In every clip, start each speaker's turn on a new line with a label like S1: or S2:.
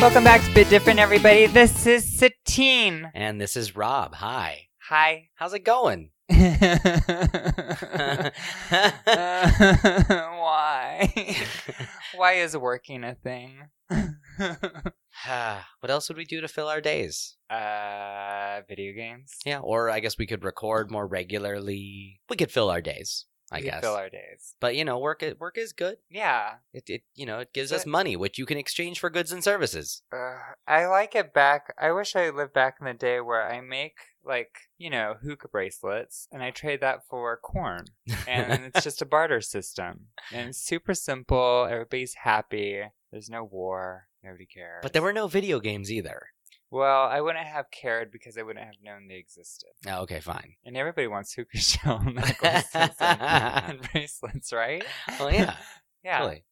S1: Welcome back to Bit Different, everybody. This is Satine.
S2: And this is Rob. Hi.
S1: Hi.
S2: How's it going?
S1: Uh, why? Why is working a thing?
S2: Ah, what else would we do to fill our days?
S1: uh, video games.
S2: Yeah, or I guess we could record more regularly. We could fill our days, I
S1: We
S2: guess.
S1: fill our days.
S2: but you know, work i- work is good.
S1: Yeah.
S2: It, it you know it gives
S1: Is
S2: us
S1: it?
S2: money, which you can exchange for goods and services.
S1: Uh, I like it back. I wish I lived back in the day where I make like you know hookah bracelets, and I trade that for corn, and it's just a barter system, and it's super simple. Everybody's happy. There's no war. Nobody cares.
S2: But there were no video games either.
S1: well, I wouldn't have cared because I wouldn't have known they existed.
S2: Oh, okay, fine.
S1: And everybody wants hookah shell necklaces and, and bracelets, right?
S2: Oh yeah,
S1: yeah.
S2: really.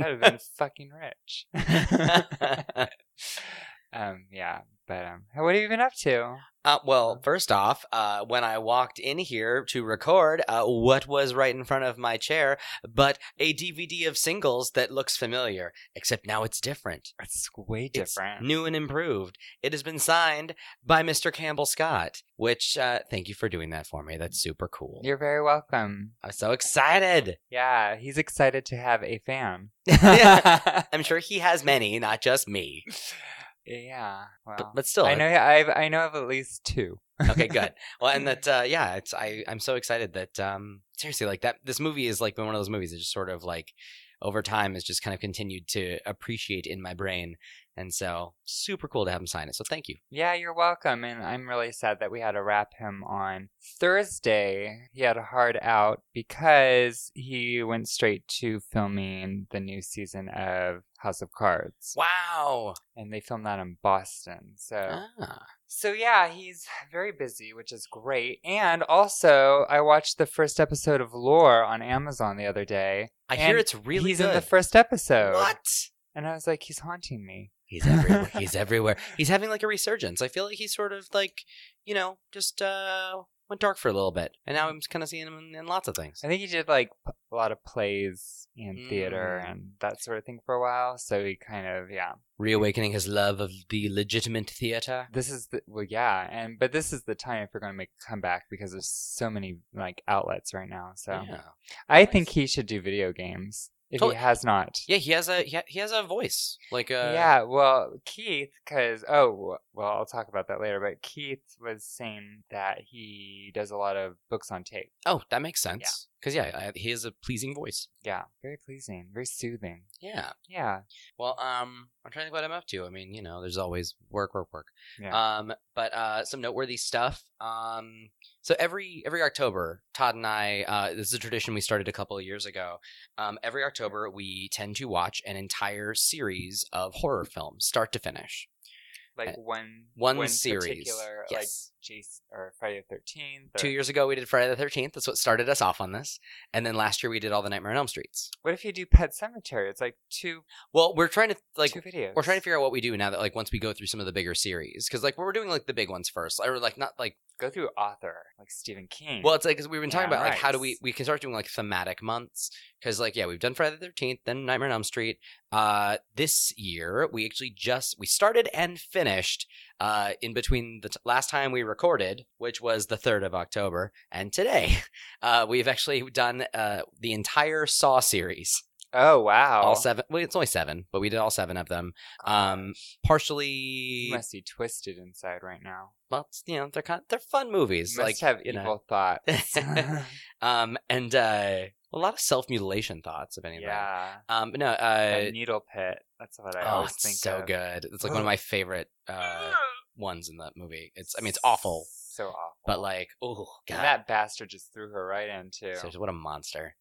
S1: I'd have been fucking rich. um, yeah, but um, what have you been up to?
S2: Uh, well, first off, uh, when I walked in here to record, uh, what was right in front of my chair but a DVD of singles that looks familiar, except now it's different.
S1: It's way
S2: It's
S1: different.
S2: new and improved. It has been signed by Mr. Campbell Scott, which, uh, thank you for doing that for me. That's super cool.
S1: You're very welcome.
S2: I'm so excited.
S1: Yeah, he's excited to have a fan.
S2: Yeah. I'm sure he has many, not just me.
S1: yeah. Well,
S2: But, but still,
S1: I know. I've I know of at least two.
S2: okay good well and that uh yeah it's i i'm so excited that um seriously like that this movie is like been one of those movies that just sort of like over time has just kind of continued to appreciate in my brain and so super cool to have him sign it so thank you
S1: Yeah, you're welcome. And I'm really sad that we had to wrap him on Thursday. He had a hard out because he went straight to filming the new season of House of Cards.
S2: wow
S1: And they filmed that in Boston. So
S2: ah.
S1: So yeah, he's very busy, which is great. And also, I watched the first episode of Lore on Amazon the other day.
S2: i hear
S1: And
S2: it's really
S1: he's
S2: good
S1: in the first episode.
S2: what
S1: And I was like, he's haunting me.
S2: he's everywhere he's everywhere he's having like a resurgence i feel like he's sort of like you know just uh went dark for a little bit and now i'm kind of seeing him in, in lots of things
S1: I think he did like p- a lot of plays and theater
S2: Mm.
S1: and that sort of thing for a while. So he kind of yeah.
S2: reawakening his love of the legitimate theater
S1: This is the well yeah, and but this is the time if you're going to make a comeback because there's so many like outlets right now. So
S2: yeah.
S1: I think he should do video games if
S2: Totally.
S1: he has not.
S2: Yeah, he has a he, ha- he has a voice like uh, a
S1: yeah, well, Keith, because oh, well, I'll talk about that later. But Keith was saying that he does a lot of books on tape.
S2: Oh, that makes sense. Because yeah, I, he has a pleasing voice.
S1: Yeah, very pleasing, very soothing.
S2: Yeah.
S1: Yeah,
S2: Well, um, I'm trying to think what I'm up to. I mean, you know, there's always work, work, work.
S1: Yeah.
S2: Um, but uh, some noteworthy stuff. Um, so every every October, Todd and I, uh, this is a tradition we started a couple of years ago. Um, every October, we tend to watch an entire series of horror films, start to finish.
S1: like
S2: Uh,
S1: one
S2: One, series.
S1: particular, like
S2: yes.
S1: Jason or Friday the Thirteenth.
S2: Two years ago, we did Friday the Thirteenth. That's what started us off on this. And then last year, we did all the Nightmare on Elm Streets.
S1: What if you do Pet Cemetery? It's like two
S2: Well, we're trying to like
S1: two videos.
S2: we're trying to figure out what we do now that like once we go through some of the bigger series because like we're doing like the big ones first or like not like
S1: go through author like Stephen King.
S2: well it's like because we've been talking
S1: Hmm. Yeah,
S2: about like how do
S1: right.
S2: we we can start doing like thematic months because like yeah we've done Friday the Thirteenth then Nightmare on Elm Street uh this year we actually just we started and finished uh in between the t- last time we recorded which was the third of October and today uh we've actually done uh the entire Saw series
S1: oh wow,
S2: all seven well it's only seven but we did all seven of them um partially
S1: you must be twisted inside right now.
S2: well, it's, you know, they're kind they're fun movies.
S1: you
S2: like
S1: must have
S2: you
S1: evil
S2: know,
S1: thoughts.
S2: um, and uh, a lot of self mutilation thoughts of anything.
S1: yeah.
S2: Um, no,
S1: A
S2: uh,
S1: needle pit. That's what I
S2: oh,
S1: always
S2: it's
S1: think
S2: so
S1: of.
S2: good. It's like one of my favorite uh, ones in that movie. It's, I mean, it's awful,
S1: So awful.
S2: but like, oh
S1: and
S2: god,
S1: that bastard just threw her right into
S2: Seriously, what a monster.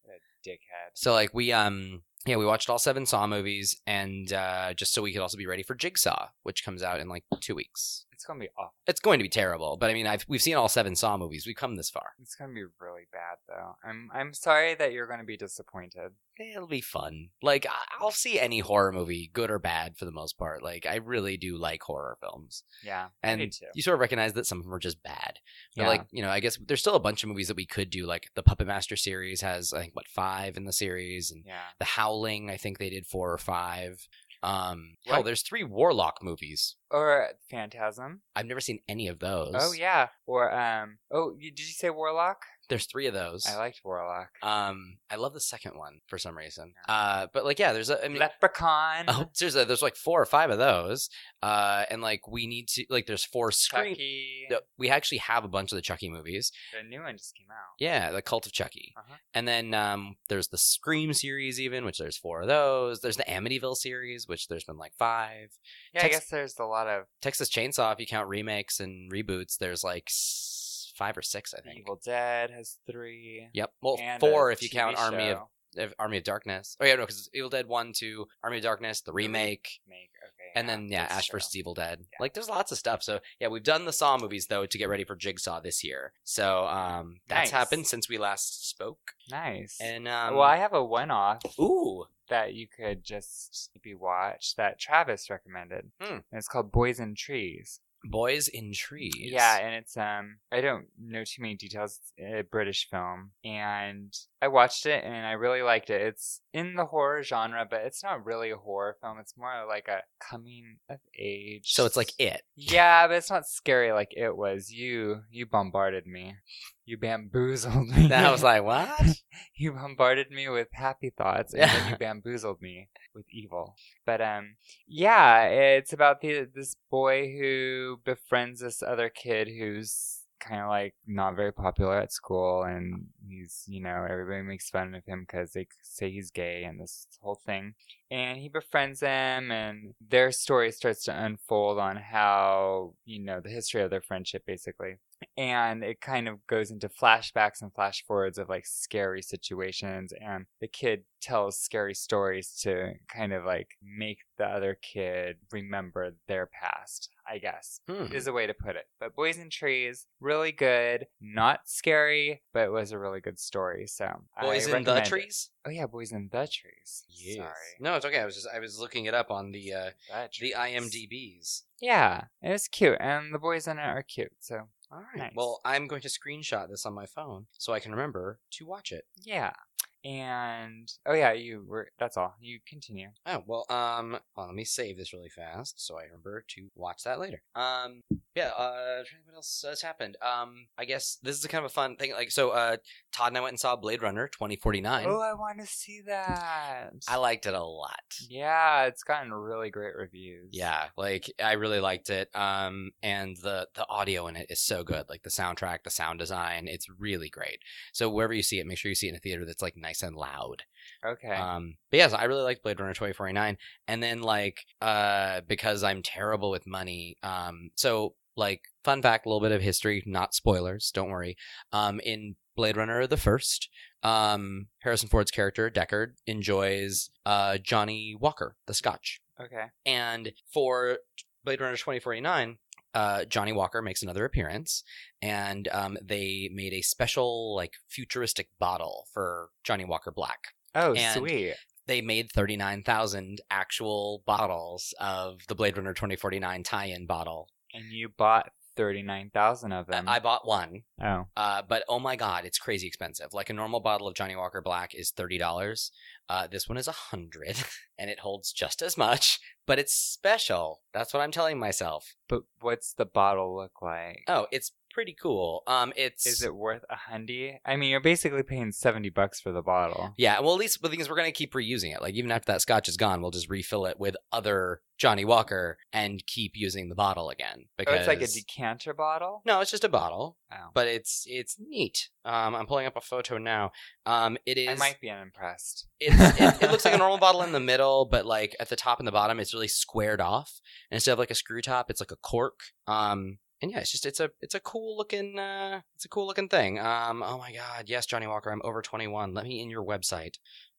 S1: dickhead.
S2: So like we um. Yeah, we watched all seven Saw movies, and uh, just so we could also be ready for Jigsaw, which comes out in like two weeks.
S1: It's gonna be awful.
S2: It's going to be terrible, but I mean, I've we've seen all seven Saw movies. We've come this far.
S1: It's gonna be really bad though. I'm I'm sorry that you're gonna be disappointed.
S2: Eh, It'll be fun. Like I- I'll see any horror movie, good or bad, for the most part. Like I really do like horror films,
S1: Yeah. I
S2: and
S1: do too.
S2: you sort of recognize that some of them are just bad. But
S1: Yeah.
S2: like you know, I guess there's still a bunch of movies that we could do. Like the Puppet Master series has, I think, what five in the series, and
S1: yeah.
S2: The Howling. I think they did four or five. Um, hell,
S1: What?
S2: there's three Warlock movies.
S1: Or Phantasm.
S2: I've never seen any of those.
S1: Oh yeah. Or um. Oh, you, did you say Warlock?
S2: There's three of those.
S1: I liked Warlock.
S2: um, I love the second one for some reason. Uh, but like, yeah, there's a. I mean,
S1: Leprechaun.
S2: Oh, seriously, there's like four or five of those. Uh, and like we need to like there's four screen.
S1: Chucky.
S2: no, We actually have a bunch of the Chucky movies.
S1: The new one just came out.
S2: Yeah, the Cult of Chucky.
S1: Uh-huh.
S2: And then um, there's the Scream series, even which there's four of those. There's the Amityville series, which there's been like five.
S1: Yeah, I
S2: Tex-
S1: guess there's a lot of
S2: Texas Chainsaw, if you count remakes and reboots, there's like s- five or six, I
S1: The
S2: think.
S1: Evil Dead has three.
S2: Yep. Well,
S1: and
S2: four
S1: a
S2: if you
S1: TV
S2: count Army of,
S1: show
S2: of Army of Darkness. Oh yeah, no, because Evil Dead One, Two, Army of Darkness, the remake.
S1: Make okay.
S2: And then yeah,
S1: that's
S2: Ash
S1: true.
S2: versus Evil Dead.
S1: Yeah.
S2: Like there's lots of stuff. So yeah, we've done the Saw movies though to get ready for Jigsaw this year. So um that's
S1: Nice.
S2: happened since we last spoke.
S1: Nice.
S2: And um
S1: well, I have a one-off
S2: Ooh.
S1: that you could just maybe watch that Travis recommended.
S2: Hmm.
S1: And it's called Boys and Trees.
S2: Boys in Trees.
S1: Yeah, and it's um I don't know too many details. It's a British film, and I watched it and I really liked it. It's in the horror genre, but it's not really a horror film. It's more like a coming of age.
S2: So it's like it.
S1: Yeah, but it's not scary like it was. You you bombarded me. You bamboozled me.
S2: And I was like, what?
S1: you bombarded me with happy thoughts and then you bamboozled me with evil. But um yeah, it's about the this boy who befriends this other kid who's kind of like not very popular at school and he's you know everybody makes fun of him because they say he's gay and this whole thing and he befriends them and their story starts to unfold on how you know the history of their friendship basically and it kind of goes into flashbacks and flash forwards of like scary situations and the kid tells scary stories to kind of like make the other kid remember their past i guess
S2: Hmm.
S1: is a way to put it but boys and trees really good not scary but it was a really good story so I
S2: Boys in the
S1: recommend it.
S2: Trees?
S1: oh yeah boys in the trees sorry
S2: No, it's okay. I was just I was looking it up on the uh
S1: The
S2: the
S1: trees.
S2: IMDBs.
S1: Yeah, it was cute, and the boys in it are cute. So
S2: All right.
S1: Nice.
S2: Well, I'm going to screenshot this on my phone so I can remember to watch it.
S1: yeah, and oh yeah, you were. That's all. You continue.
S2: Oh well, um, well, let me save this really fast so I remember to watch that later. Um, yeah, uh, trying to think what else has happened? Um, I guess this is kind of a fun thing. Like, so, uh, Todd and I went and saw Blade Runner twenty forty nine.
S1: Oh, I want to see that.
S2: I liked it a lot.
S1: yeah, it's gotten really great reviews.
S2: Yeah, like I really liked it. Um, and the the audio in it is so good. Like the soundtrack, the sound design, it's really great. So wherever you see it, make sure you see it in a theater that's like nice and loud.
S1: Okay.
S2: Um, but yeah, so I really liked Blade Runner 2049. And then like uh because I'm terrible with money, um so like fun fact, a little bit of history, not spoilers, don't worry. Um in Blade Runner the first, um Harrison Ford's character, Deckard, enjoys uh Johnny Walker, the Scotch.
S1: okay.
S2: And for Blade Runner 2049, uh, Johnny Walker makes another appearance, and um, they made a special, like, futuristic bottle for Johnny Walker Black.
S1: Oh,
S2: and-
S1: sweet.
S2: They made 39,000 actual bottles of the Blade Runner 2049 tie in bottle.
S1: And you bought thirty nine thousand of them.
S2: I bought one,
S1: oh,
S2: uh, but oh my God, it's crazy expensive. Like, a normal bottle of Johnny Walker Black is $30. Uh, this one is 100 and it holds just as much, but it's special. That's what I'm telling myself.
S1: but what's the bottle look like?
S2: Oh, it's pretty cool. Um, it's
S1: Is it worth a hundy? I mean, you're basically paying seventy bucks for the bottle. Oh,
S2: Yeah, well, at least the thing is, we're gonna keep reusing it. Like even after that scotch is gone, we'll just refill it with other Johnny Walker and keep using the bottle again.
S1: Oh,
S2: Because
S1: it's like a decanter bottle.
S2: no, it's just a bottle,
S1: Oh.
S2: but it's it's neat. Um, I'm pulling up a photo now. Um, it is.
S1: I might be unimpressed.
S2: It's, it, it looks like a normal bottle in the middle, but like at the top and the bottom, it's really squared off. And instead of like a screw top, it's like a cork. Um, and yeah, it's just it's a it's a cool looking uh, it's a cool looking thing. Um, oh my god, yes, Johnny Walker, I'm over 21. Let me in your website.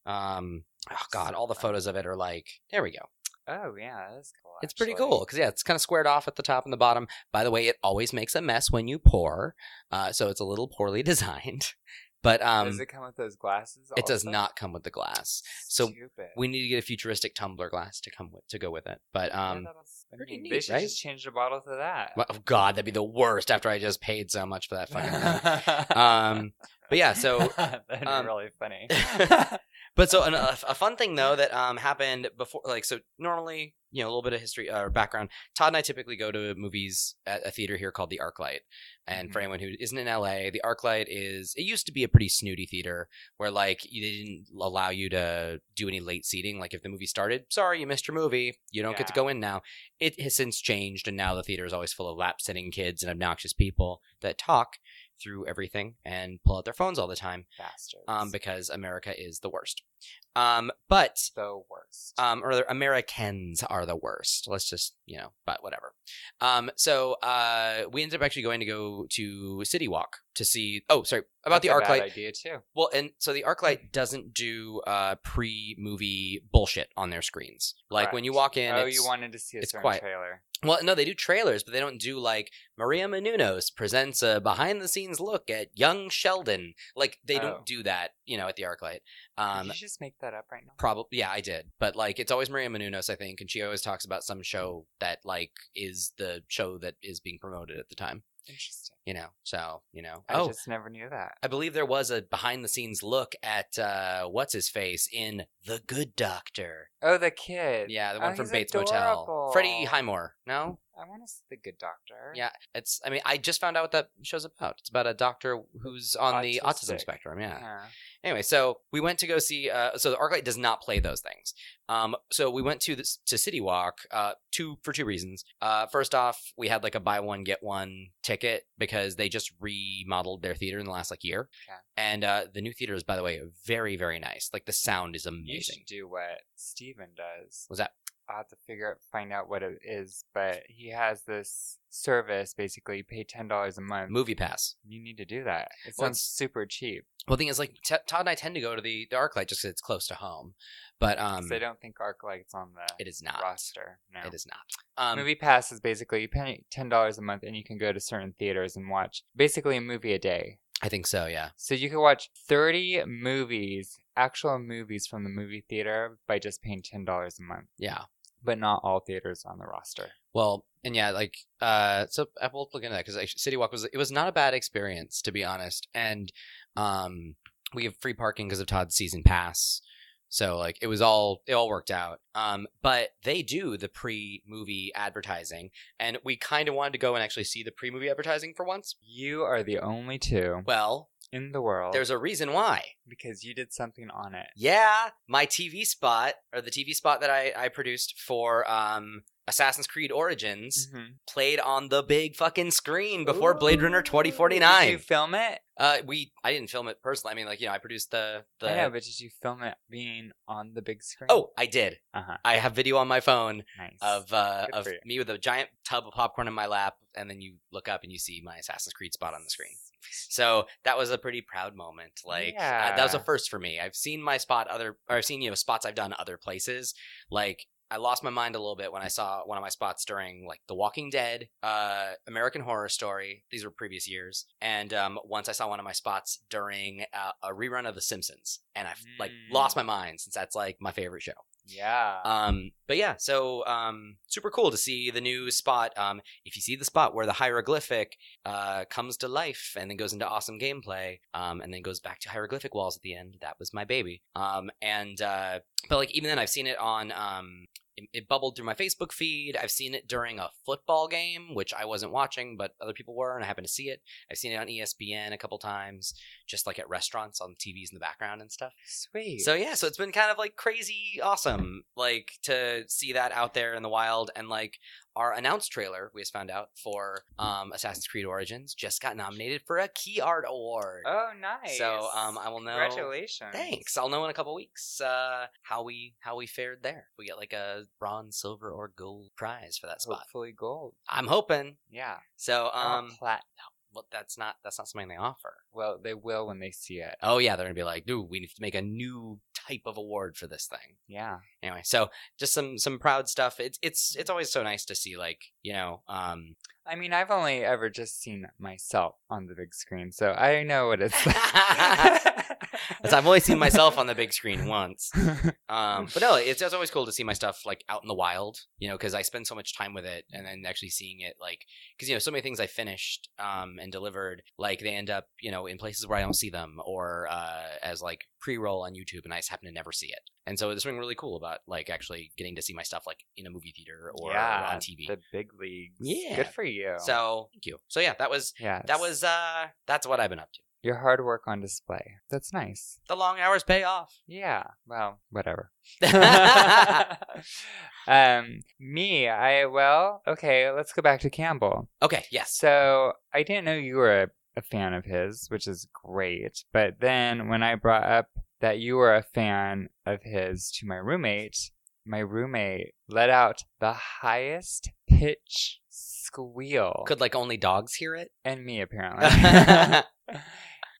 S2: Um, oh god, all the photos of it are like there we go.
S1: Oh yeah, that's cool.
S2: It's pretty
S1: actually.
S2: cool because yeah, it's kind of squared off at the top and the bottom. By the way, it always makes a mess when you pour, uh, so it's a little poorly designed. But um,
S1: does it come with those glasses?
S2: it does
S1: also?
S2: not come with the glass. so
S1: Stupid.
S2: we need to get a futuristic tumbler glass to come with to go with it. But
S1: Yeah,
S2: um,
S1: that's- I
S2: pretty
S1: mean,
S2: neat,
S1: they should
S2: right?
S1: just change the bottle to that.
S2: well, oh god, that'd be the worst after I just paid so much for that fucking thing. um, but Um, yeah, so
S1: that'd be
S2: um,
S1: really funny.
S2: But so an, a, a fun thing though that um happened before, like so normally you know a little bit of history uh, or background. Todd and I typically go to movies at a theater here called the ArcLight. And for
S1: Mhm.
S2: anyone who isn't in LA, the ArcLight is it used to be a pretty snooty theater where like you- they didn't allow you to do any late seating. Like if the movie started, sorry you missed your movie, you don't get to
S1: Yeah.
S2: go in now. It has since changed, and now the theater is always full of lap sitting kids and obnoxious people that talk through everything and pull out their phones all the time
S1: Bastards.
S2: um, because America is the worst. Um, but
S1: the worst.
S2: um, or rather, Americans are the worst. Let's just you know, but whatever. Um, so uh, we ended up actually going to go to City Walk to see. Oh, sorry about
S1: That's
S2: the
S1: a
S2: arc
S1: bad
S2: light.
S1: idea Hmm. too.
S2: Well, and so the ArcLight doesn't do uh, pre-movie bullshit on their screens. Like when you
S1: Correct.
S2: walk in,
S1: oh,
S2: it's,
S1: you wanted to see a
S2: it's
S1: certain
S2: quiet.
S1: trailer.
S2: well, no, they do trailers, but they don't do like Maria Menounos presents a behind-the-scenes look at young Sheldon. Like they
S1: Oh.
S2: don't do that, you know, at the ArcLight.
S1: Did
S2: Um,
S1: you just make that up right now?
S2: Probably, yeah, I did. But like, it's always Maria Menounos, I think, and she always talks about some show that like is the show that is being promoted at the time.
S1: Interesting.
S2: You know, so you know.
S1: I
S2: oh,
S1: just never knew that.
S2: I believe there was a behind-the-scenes look at uh, what's his face in The Good Doctor.
S1: Oh, the kid.
S2: Yeah, the
S1: one
S2: one from Bates Motel. Freddie Highmore. No,
S1: I want to see the good doctor.
S2: yeah, it's. I mean, I just found out what that show's about. It's about a doctor who's on the autism
S1: Autistic.
S2: spectrum. Yeah.
S1: Yeah.
S2: Anyway, so we went to go see. Uh, so the ArcLight does not play those things. Um, so we went to this, to City Walk uh, two for two reasons. Uh, first off, we had like a buy one get one ticket because they just remodeled their theater in the last like year.
S1: Okay.
S2: And uh, the new theater is, by the way, very very nice. Like the sound is
S1: You
S2: amazing.
S1: should do what Steven does.
S2: Was that
S1: I'll have to figure out, find out what it is, but he has this service basically, you pay $10 a month.
S2: Movie Pass?
S1: You need to do that. It
S2: Well,
S1: sounds super cheap.
S2: Well, the thing is, like t- Todd and I tend to go to the the ArcLight just 'cause it's close to home, but
S1: 'cause
S2: um,
S1: I don't think ArcLight's on the
S2: it is not.
S1: roster. No.
S2: It is not. Um,
S1: movie Pass is basically you pay $10 a month and you can go to certain theaters and watch basically a movie a day.
S2: I think so. Yeah.
S1: So you can watch 30 movies, actual movies from the movie theater by just paying $10 a month,
S2: Yeah.
S1: but not all theaters on the roster.
S2: Well, and yeah, like uh, so I will look into that because City Walk was it was not a bad experience to be honest, and um, we have free parking because of Todd's season pass, so like it was all it all worked out. Um, but they do the pre movie advertising, and we kind of wanted to go and actually see the pre movie advertising for once.
S1: You are the only two
S2: Well,
S1: in the world
S2: there's a reason why.
S1: because you did something on it.
S2: Yeah, my TV spot or the TV spot that I I produced for um Assassin's Creed Origins.
S1: Mm-hmm.
S2: played on the big fucking screen before Blade Runner
S1: Did you
S2: 2049.
S1: film it?
S2: Uh, we I didn't film it personally. I mean, like you know, I produced the the.
S1: I know, but did you film it being on the big screen?
S2: oh, I did.
S1: Uh-huh.
S2: I have video on my phone
S1: nice.
S2: of uh,
S1: Good
S2: of
S1: for you.
S2: me with a giant tub of popcorn in my lap, and then you look up and you see my Assassin's Creed spot on the screen. So that was a pretty proud moment. Like uh, that was a
S1: Yeah.
S2: first for me. I've seen my spot other, or I've seen you know spots I've done other places. Like I lost my mind a little bit when I saw one of my spots during like The Walking Dead, uh, American Horror Story. These were previous years, and um, once I saw one of my spots during uh, a rerun of The Simpsons, and I have like
S1: Mm.
S2: lost my mind since that's like my favorite show.
S1: Yeah.
S2: Um, but yeah, so um, super cool to see the new spot. Um, if you see the spot where the hieroglyphic uh, comes to life and then goes into awesome gameplay, um, and then goes back to hieroglyphic walls at the end, that was my baby. Um, and uh, but like even then, I've seen it on. Um, it, it bubbled through my Facebook feed. I've seen it during a football game, which I wasn't watching, but other people were, and I happened to see it. I've seen it on E ESPN a couple times, just like at restaurants on TVs in the background and stuff.
S1: Sweet.
S2: So yeah, so it's been kind of like crazy awesome, like to see that out there in the wild, and like our announced trailer we just found out for um, Assassin's Creed Origins just got nominated for a Key Art Award.
S1: oh, nice.
S2: So um, I will know.
S1: Congratulations.
S2: Thanks. I'll know in a couple weeks uh, how we how we fared there. We get like a bronze, silver, or gold prize for that spot.
S1: Hopefully gold.
S2: I'm hoping.
S1: Yeah.
S2: So
S1: I want
S2: um,
S1: plat.
S2: well, that's not that's not something they offer.
S1: Well, they will when they see it.
S2: Oh yeah, they're gonna be like, dude, we need to make a new type of award for this thing.
S1: Yeah.
S2: anyway so just some some proud stuff it's it's it's always so nice to see like you know um
S1: I mean, I've only ever just seen myself on the big screen, so I know what it's like.
S2: As I've only seen myself on the big screen once. Um, but no, it's, it's always cool to see my stuff like out in the wild, you know, because I spend so much time with it, and then actually seeing it like because you know so many things I finished um, and delivered, like they end up you know in places where I don't see them, or uh, as like pre-roll on YouTube, and I just happen to never see it. And so there's something really cool about like actually getting to see my stuff like in a movie theater or
S1: Yeah,
S2: on TV.
S1: the big leagues.
S2: Yeah.
S1: Good for you.
S2: so thank you. So yeah, that was
S1: yeah,
S2: that was uh that's what I've been up to.
S1: your hard work on display. That's nice.
S2: The long hours pay off.
S1: Yeah. Well, whatever.
S2: okay,
S1: um, me, I well, okay. Let's go back to Campbell.
S2: yes.
S1: So I didn't know you were a, a fan of his, which is great. But then when I brought up that you were a fan of his to my roommate, my roommate let out the highest pitch squeal,
S2: Could like only dogs hear it?
S1: and me apparently.
S2: oh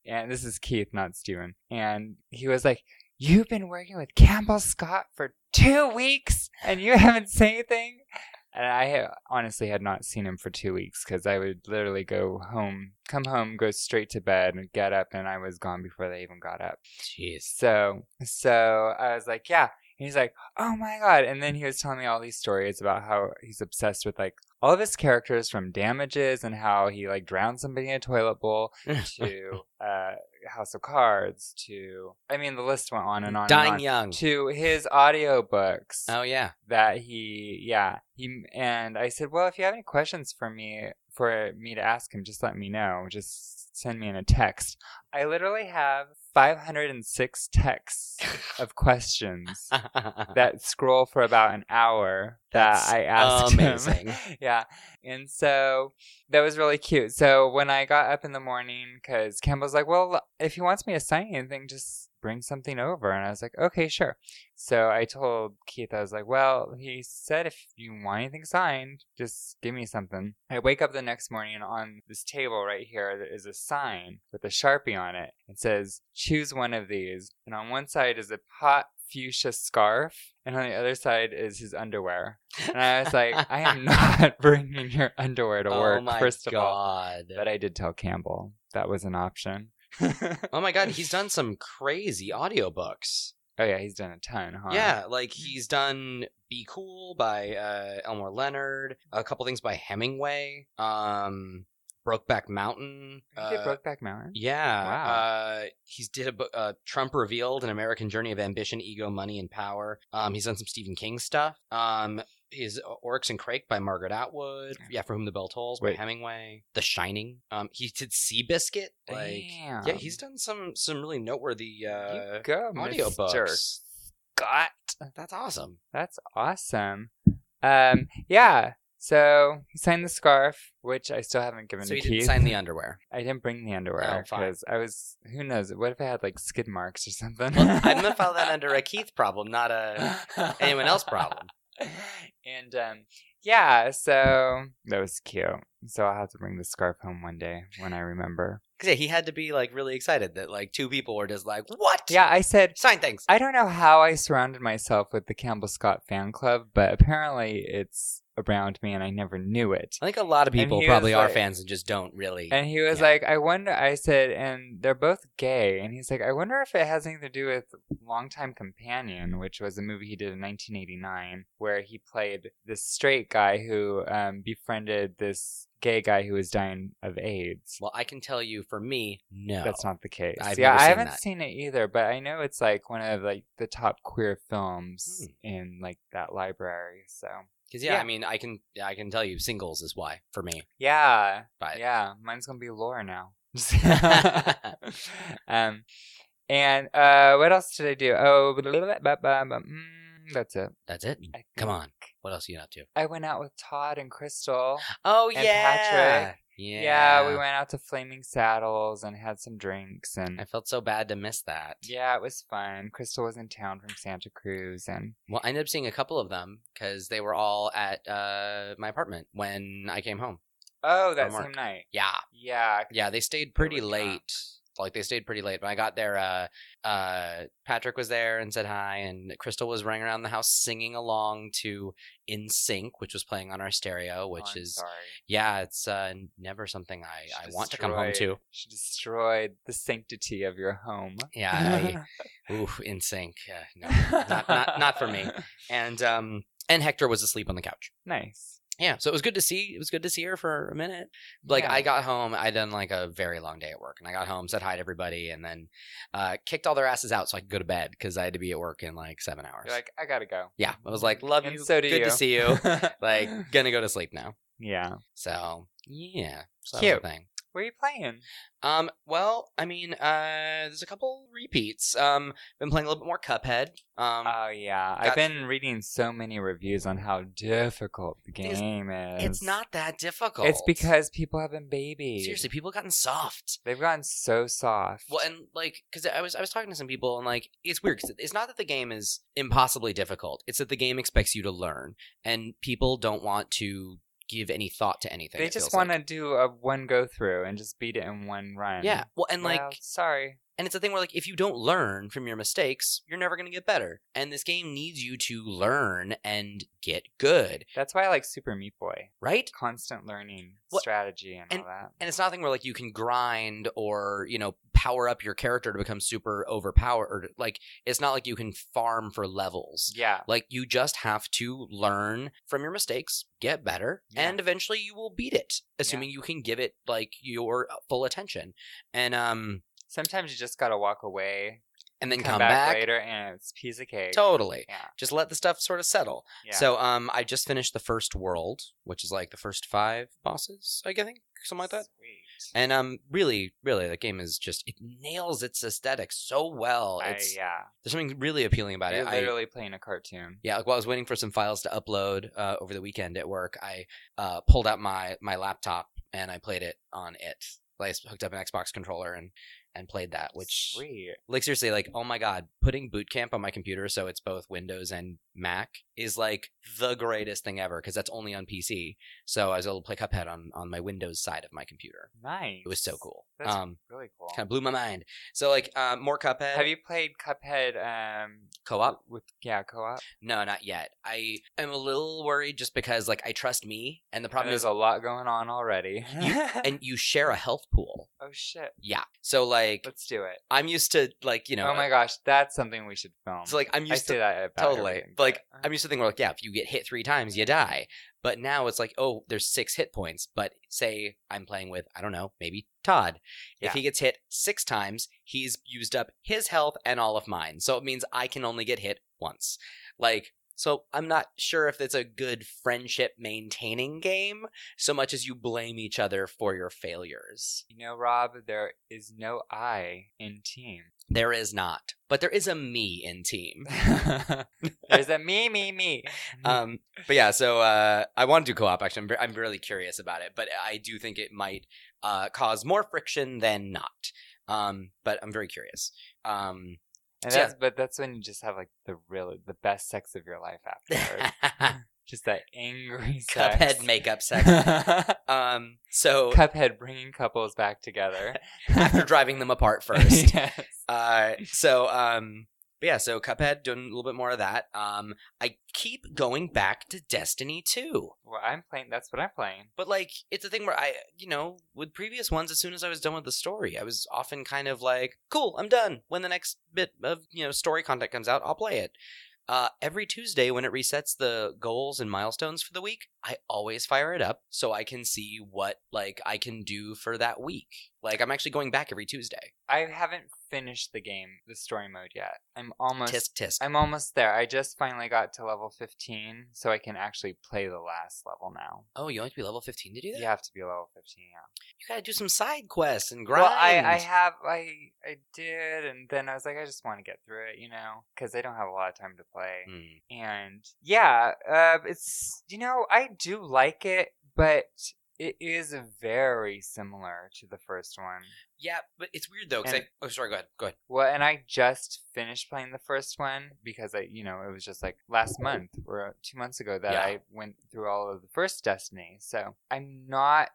S1: and this is Keith, not Steven. And he was like, You've been working with Campbell Scott for two weeks and you haven't said anything. And I ha- honestly had not seen him for two weeks because I would literally go home, come home, go straight to bed, and get up, and I was gone before they even got up.
S2: jeez.
S1: So, so I was like, yeah. And he's like, oh my god. And then he was telling me all these stories about how he's obsessed with like all of his characters from Damages and how he like drowned somebody in a toilet bowl to uh, House of Cards to I mean the list went on and on
S2: Dying
S1: and on.
S2: young.
S1: to his audiobooks
S2: Oh yeah.
S1: that he yeah he and I said well if you have any questions for me for me to ask him just let me know just send me in a text I literally have 506 texts of questions that scroll for about an hour that
S2: That's
S1: I asked him.
S2: amazing.
S1: yeah. And so that was really cute. So when I got up in the morning, because Campbell's like, well, if he wants me to sign anything, just bring something over. And I was like, okay, sure. So I told Keith, I was like, well, he said if you want anything signed, just give me something. I wake up the next morning and on this table right here there is a sign with a Sharpie on it. It says, choose one of these. And on one side is a pot fuchsia scarf, and on the other side is his underwear. And I was like, I am not bringing your underwear to
S2: oh
S1: work,
S2: my
S1: first of all.
S2: god.
S1: But I did tell Campbell that was an option.
S2: Oh my god, he's done some crazy audiobooks.
S1: Oh, yeah, he's done a ton, huh?
S2: Yeah, like he's done Be Cool by uh, Elmore Leonard, a couple things by Hemingway, um, Brokeback Mountain.
S1: He did
S2: uh,
S1: Brokeback Mountain.
S2: Yeah.
S1: Wow.
S2: Uh, he's did a book, uh, Trump Revealed, An American Journey of Ambition, Ego, Money, and Power. Um, he's done some Stephen King stuff. Um, his Oryx and Crake by Margaret Atwood. Yeah, For Whom the Bell Tolls by
S1: Wait.
S2: Hemingway. The Shining. Um, he did Seabiscuit. Like, yeah,
S1: Damn.
S2: he's done some some really noteworthy. Uh,
S1: you go, Mr.
S2: audiobooks.
S1: Scott.
S2: that's awesome.
S1: That's awesome. Um, yeah. So he signed the scarf, which I still haven't given to
S2: So he
S1: Keith.
S2: didn't sign the underwear.
S1: I didn't bring the
S2: Oh,
S1: underwear
S2: fine.
S1: because I was. Who knows? What if I had like skid marks or something?
S2: Well, I'm gonna file that under a Keith problem, not a
S1: under
S2: anyone else problem.
S1: And um, yeah. So that was cute. So I'll have to bring the scarf home one day when I remember.
S2: Because yeah, he had to be like really excited that like two people were just like, "What?
S1: Yeah, I said
S2: sign things."
S1: I don't know how I surrounded myself with the Campbell Scott fan club, but apparently it's around me, and I never knew it.
S2: I think a lot of
S1: And
S2: people
S1: he
S2: probably
S1: was
S2: are
S1: like-
S2: fans and just don't really.
S1: And he was
S2: Yeah.
S1: like, I wonder, I said, and they're both gay. And he's like, I wonder if it has anything to do with Longtime Companion, which was a movie he did in 1989, where he played this straight guy who um, befriended this gay guy who was dying of AIDS.
S2: well, I can tell you, for me, no.
S1: That's not the case.
S2: I've
S1: yeah,
S2: never
S1: I
S2: seen
S1: haven't
S2: that.
S1: seen it either, but I know it's like one of like the top queer films
S2: Hmm.
S1: in like that library. So
S2: because yeah,
S1: yeah.
S2: I mean, I can yeah, I can tell you, singles is why for me.
S1: yeah,
S2: But
S1: yeah, mine's gonna be Laura now.
S2: yeah,
S1: um, and uh, what else did I do? Oh, blah, blah, blah, blah, blah, blah. Mm, that's it.
S2: that's it.
S1: I
S2: Come
S1: think
S2: on, what else are you up to?
S1: I went out with Todd and Crystal.
S2: Oh
S1: And
S2: yeah,
S1: Patrick.
S2: yeah,
S1: Yeah. we went out to Flaming Saddles and had some drinks,
S2: I
S1: and
S2: felt so bad to miss that.
S1: yeah, it was fun. Crystal was in town from Santa Cruz, and
S2: Well, I ended up seeing a couple of them because they were all at uh, my apartment when I came home.
S1: oh, that
S2: From work.
S1: same night.
S2: Yeah,
S1: Yeah, Oh
S2: yeah, they stayed pretty
S1: were drunk.
S2: late. Like they stayed pretty late. But I got there. Uh, uh, Patrick was there and said hi, and Crystal was running around the house singing along to "In Sync," which was playing on our stereo, which
S1: Oh, I'm
S2: is
S1: sorry.
S2: yeah, it's uh, never something
S1: She
S2: I, I want to come home to.
S1: destroyed- She destroyed the sanctity of your home.
S2: Yeah, I, ooh, in sync. Uh, no, not, not not for me. And um, and Hector was asleep on the couch.
S1: Nice.
S2: Yeah, so it was good to see. It was good to see her for a minute. Like
S1: Yeah.
S2: I got home, I done like a very long day at work, and I got home, said hi to everybody, and then uh, kicked all their asses out so I could go to bed because I had to be at work in like seven hours.
S1: You're like, I gotta go.
S2: yeah, I was like, love
S1: And
S2: you,
S1: so do
S2: good
S1: you.
S2: to see you. like, gonna go to sleep now.
S1: yeah.
S2: So yeah, so that was
S1: Cute.
S2: the thing.
S1: Where are you playing?
S2: Um, well, I mean, uh, there's a couple repeats. Um, been playing a little bit more Cuphead. Um,
S1: Oh yeah,
S2: got-
S1: I've been reading so many reviews on how difficult the
S2: It's-
S1: game is.
S2: it's not that difficult.
S1: It's because people have been babies.
S2: seriously, people have gotten soft.
S1: they've gotten so soft.
S2: Well, and like, because I was I was talking to some people, and like, it's weird 'cause it's not that the game is impossibly difficult. It's that the game expects you to learn, and people don't want to give any thought to anything.
S1: they
S2: it
S1: just
S2: feels like.
S1: want to do a one go through and just beat it in one run.
S2: yeah. Well, and
S1: Well,
S2: like,
S1: sorry.
S2: and it's a thing where like, if you don't learn from your mistakes, you're never gonna get better. And this game needs you to learn and get good,
S1: That's why I like Super Meat Boy.
S2: right?
S1: Constant learning
S2: Well,
S1: strategy and, all that.
S2: and it's nothing where like you can grind or you know power up your character to become super overpowered like it's not like you can farm for levels
S1: yeah.
S2: like you just have to learn from your mistakes get better
S1: Yeah.
S2: and eventually you will beat it assuming you can give it like your uh, full attention and um
S1: Sometimes you just gotta walk away,
S2: and then
S1: come, back, later, and it's piece of cake.
S2: totally
S1: Yeah.
S2: just let the stuff sort of settle
S1: yeah.
S2: so um i just finished the first world which is like the first five bosses i think something like that
S1: Sweet.
S2: And um, really, really, the game is just it nails its aesthetic so well.
S1: I-
S2: It's
S1: yeah.
S2: there's something really appealing about
S1: You're
S2: it. I,
S1: literally playing a cartoon.
S2: yeah, like, while I was waiting for some files to upload uh, over the weekend at work, I uh, pulled out my my laptop and I played it on it. Like, I s- hooked up an Xbox controller and and played that. Which
S1: Sweet.
S2: like seriously, like oh my god, putting Boot Camp on my computer so it's both Windows and Mac is like the greatest thing ever because that's only on PC. So I was able to play Cuphead on on my Windows side of my computer.
S1: Nice.
S2: It was so cool.
S1: That's
S2: um,
S1: really cool.
S2: kind of blew my mind. So like uh, more Cuphead.
S1: Have you played Cuphead? Um,
S2: co-op?
S1: with yeah, co-op.
S2: No, not yet. I am a little worried just because like I trust me, and the
S1: And
S2: problem
S1: there's
S2: is,
S1: a lot going on already.
S2: and you share a health pool.
S1: oh shit,
S2: Yeah. So like
S1: let's do it.
S2: I'm used to like you know.
S1: oh my gosh, that's something we should film.
S2: So like I'm
S1: I
S2: used
S1: say
S2: to
S1: that about
S2: totally
S1: everything.
S2: like I'm used to thinking like yeah, if you get hit three times, you die. But now it's like oh, there's six hit points. But say I'm playing with I don't know maybe Todd. If
S1: Yeah.
S2: he gets hit six times, he's used up his health and all of mine. So it means I can only get hit once. Like, so I'm not sure if it's a good friendship maintaining game so much as you blame each other for your failures.
S1: you know, Rob, there is no I in team.
S2: There is not, but there is a me in team.
S1: There's a me, me, me.
S2: um, but yeah, so uh, I want to do co-op. Actually, I'm, ver- I'm really curious about it, but I do think it might uh, cause more friction than not. Um, but I'm very curious. Um,
S1: and
S2: yeah.
S1: that's, but that's when you just have like the real, the best sex of your life afterwards. just that angry sex.
S2: Cuphead makeup sex.
S1: sex.
S2: Um, so
S1: Cuphead bringing couples back together
S2: after driving them apart first.
S1: Yes.
S2: Uh, so um, but yeah, so Cuphead doing a little bit more of that. Um, I keep going back to Destiny 2.
S1: Well, I'm playing. That's what I'm playing.
S2: But like, it's a thing where I, you know, with previous ones, as soon as I was done with the story, I was often kind of like, "Cool, I'm done." When the next bit of you know story content comes out, I'll play it. Uh, every Tuesday when it resets the goals and milestones for the week, I always fire it up so I can see what like I can do for that week. Like I'm actually going back every Tuesday.
S1: I haven't finished the game, the story mode yet. I'm almost.
S2: Tisk tisk.
S1: I'm almost there. I just finally got to level 15, so I can actually play the last level now.
S2: oh, you only have to be level 15 to do that.
S1: You have to be level 15. Yeah.
S2: You gotta do some side quests and grind.
S1: Well, I I have I I did, and then I was like, I just want to get through it, you know, because I don't have a lot of time to play.
S2: Hmm.
S1: and yeah, uh, it's you know I do like it, but it is very similar to the first one.
S2: Yeah, but it's weird though. Cause
S1: And-
S2: I, oh, sorry. Go ahead. Go ahead.
S1: Well, and I just finished playing the first one because I, you know, it was just like last month or two months ago that
S2: Yeah.
S1: I went through all of the first Destiny. So I'm not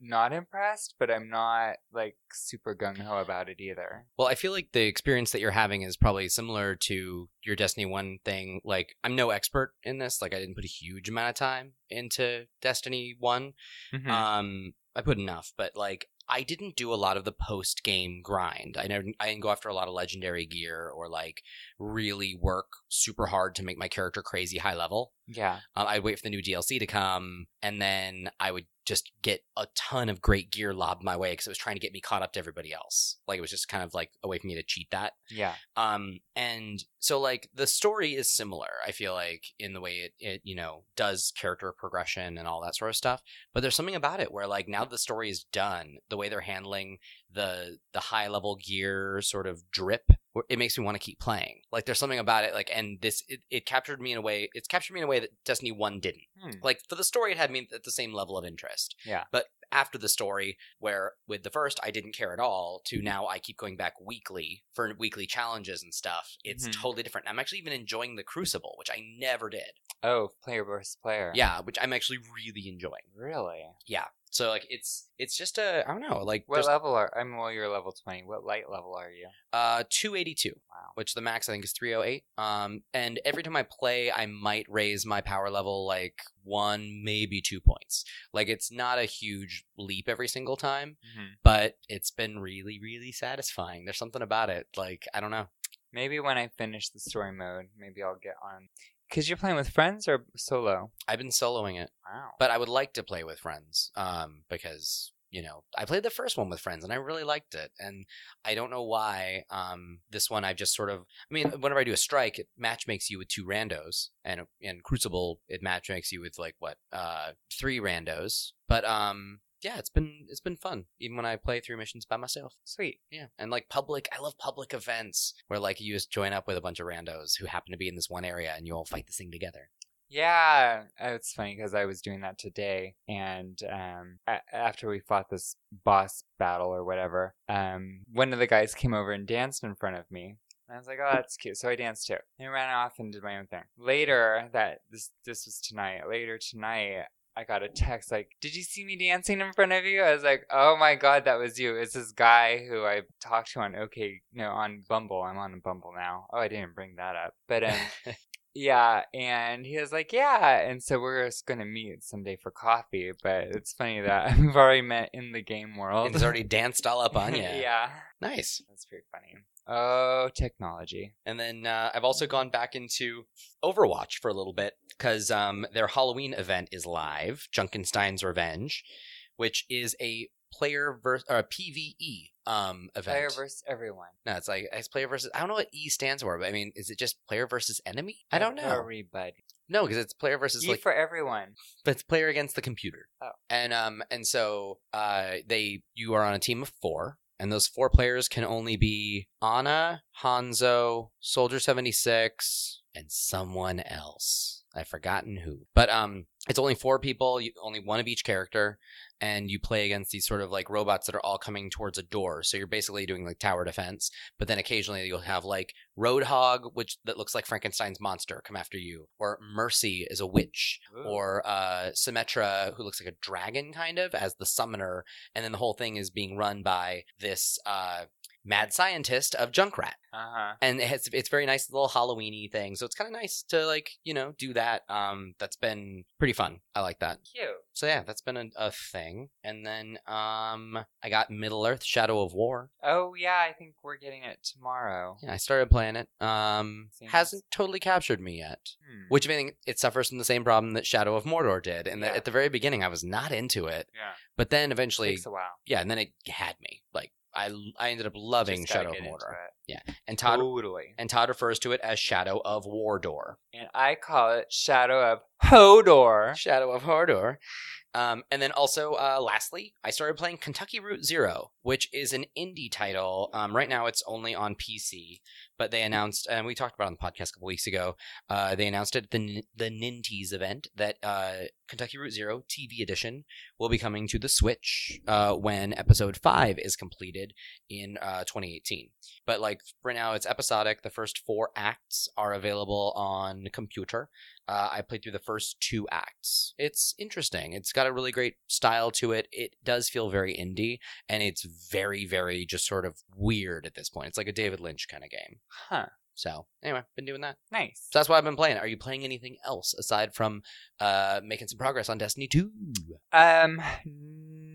S1: not impressed, but I'm not like super gung ho about it either.
S2: Well, I feel like the experience that you're having is probably similar to your Destiny 1 thing. Like, I'm no expert in this. Like, I didn't put a huge amount of time into Destiny 1.
S1: Uh,
S2: Um, I put enough, but like, I didn't do a lot of the post game grind. I didn't, I didn't go after a lot of legendary gear or like really work super hard to make my character crazy high level.
S1: yeah,
S2: Um, I'd wait for the new DLC to come, and then I would just get a ton of great gear lobbed my way because it was trying to get me caught up to everybody else. Like it was just kind of like a way for me to cheat that.
S1: yeah,
S2: Um, and so like the story is similar. I feel like in the way it, it you know does character progression and all that sort of stuff. But there's something about it where like now the story is done, the way they're handling the the high level gear sort of drip, wh- it makes me want to keep playing. Like there's something about it. Like and this it, it captured me in a way. It's captured me in a way that Destiny One didn't
S1: Hmm.
S2: like for the story it had me at the same level of interest
S1: Yeah.
S2: but after the story where with the first i didn't care at all
S1: Mm-hmm.
S2: to now i keep going back weekly for weekly challenges and stuff it's
S1: Mhm.
S2: totally different i'm actually even enjoying the crucible which i never did
S1: Oh, player versus player.
S2: yeah which i'm actually really enjoying
S1: really.
S2: yeah so like it's it's just a i don't know like
S1: What
S2: there's,
S1: level are? I'm well. You're level twenty. What light level are you?
S2: uh 282
S1: Wow.
S2: which the max i think is 308 um and every time i play i might raise my power level like one maybe two points like it's not a huge leap every single time
S1: Mm-hmm.
S2: but it's been really really satisfying there's something about it like i don't know
S1: Maybe when I finish the story mode, maybe I'll get on. Cause you're playing with friends or solo?
S2: i've been soloing it
S1: Wow.
S2: but i would like to play with friends um because you know i played the first one with friends and i really liked it and i don't know why um this one i've just sort of i mean whenever i do a strike it match makes you with two randos and and crucible it match makes you with like what uh three randos but um yeah it's been it's been fun even when i play through missions by myself
S1: Sweet.
S2: Yeah, and like public, I love public events where like you just join up with a bunch of randos who happen to be in this one area, and you all fight this thing together.
S1: Yeah, uh, it's funny because I was doing that today, and um, a- after we fought this boss battle or whatever, um, one of the guys came over and danced in front of me. And I was like, "Oh, that's cute." So I danced too. And I ran off and did my own thing. Later that this this was tonight. Later tonight, I got a text like, "Did you see me dancing in front of you?" I was like, "Oh my god, that was you!" It's this guy who I talked to on OK, no, on Bumble. I'm on Bumble now. Oh, I didn't bring that up, but um. Yeah, and he was like, "Yeah," and so we're just gonna meet someday for coffee. But it's funny that we've already met in the game world.
S2: it's already danced all up on you.
S1: yeah,
S2: nice.
S1: that's pretty funny. Oh, technology.
S2: And then uh, I've also gone back into Overwatch for a little bit because um, their Halloween event is live, Junkenstein's Revenge, which is a player versus or a PVE um, event.
S1: Player versus everyone.
S2: no, it's like it's player versus. I don't know what E stands for, but I mean, is it just player versus enemy? I don't know.
S1: Everybody.
S2: No, because it's player versus
S1: E
S2: like
S1: for everyone.
S2: but it's player against the computer.
S1: Oh.
S2: And um and so uh they you are on a team of 4 and those four players can only be Anna, Hanzo, Soldier 76 and someone else. I've forgotten who. But um it's only four people, you, only one of each character and you play against these sort of like robots that are all coming towards a door. So you're basically doing like tower defense, but then occasionally you'll have like Roadhog which that looks like Frankenstein's monster come after you or Mercy is a witch
S1: Ooh.
S2: or uh, Symmetra, who looks like a dragon kind of as the summoner, and then the whole thing is being run by this uh, mad scientist of Junkrat,
S1: Uh huh.
S2: and it has, it's very nice little Halloweeny thing. So it's kind of nice to like you know do that. Um, that's been pretty fun. I like that.
S1: Cute.
S2: So yeah, that's been a, a thing. And then um, I got Middle Earth: Shadow of War.
S1: Oh yeah, I think we're getting it tomorrow.
S2: Yeah, I started playing it. Um,
S1: Seems-
S2: hasn't totally captured me yet.
S1: Hmm.
S2: Which I mean, it suffers from the same problem that Shadow of Mordor did, and that
S1: Yeah.
S2: at the very beginning I was not into it,
S1: Yeah.
S2: but then eventually,
S1: Takes a while.
S2: yeah, and then it had me. Like I, I ended up loving
S1: Just gotta
S2: Shadow of
S1: get into
S2: Mordor,
S1: it.
S2: and Todd
S1: Totally.
S2: and Todd refers to it as Shadow of Wardor,
S1: And I call it Shadow of Hodor.
S2: Shadow of Mordor, Um, and then also, uh, lastly, I started playing Kentucky Route Zero, which is an indie title. Um, right now, it's only on PC, but they announced, and we talked about it on the podcast a couple weeks ago. Uh, they announced at the Nin- the Ninties event that uh, Kentucky Route Zero TV edition will be coming to the Switch uh, when Episode Five is completed in uh, 2018. But like right now, it's episodic. The first four acts are available on computer. Uh, I played through the first two acts. It's interesting. It's got a really great style to it. It does feel very indie, and it's very, very just sort of weird at this point. It's like a David Lynch kind of game.
S1: Huh.
S2: So anyway, been doing that.
S1: Nice.
S2: So that's what I've been playing. Are you playing anything else aside from uh, making some progress on Destiny Two?
S1: Um,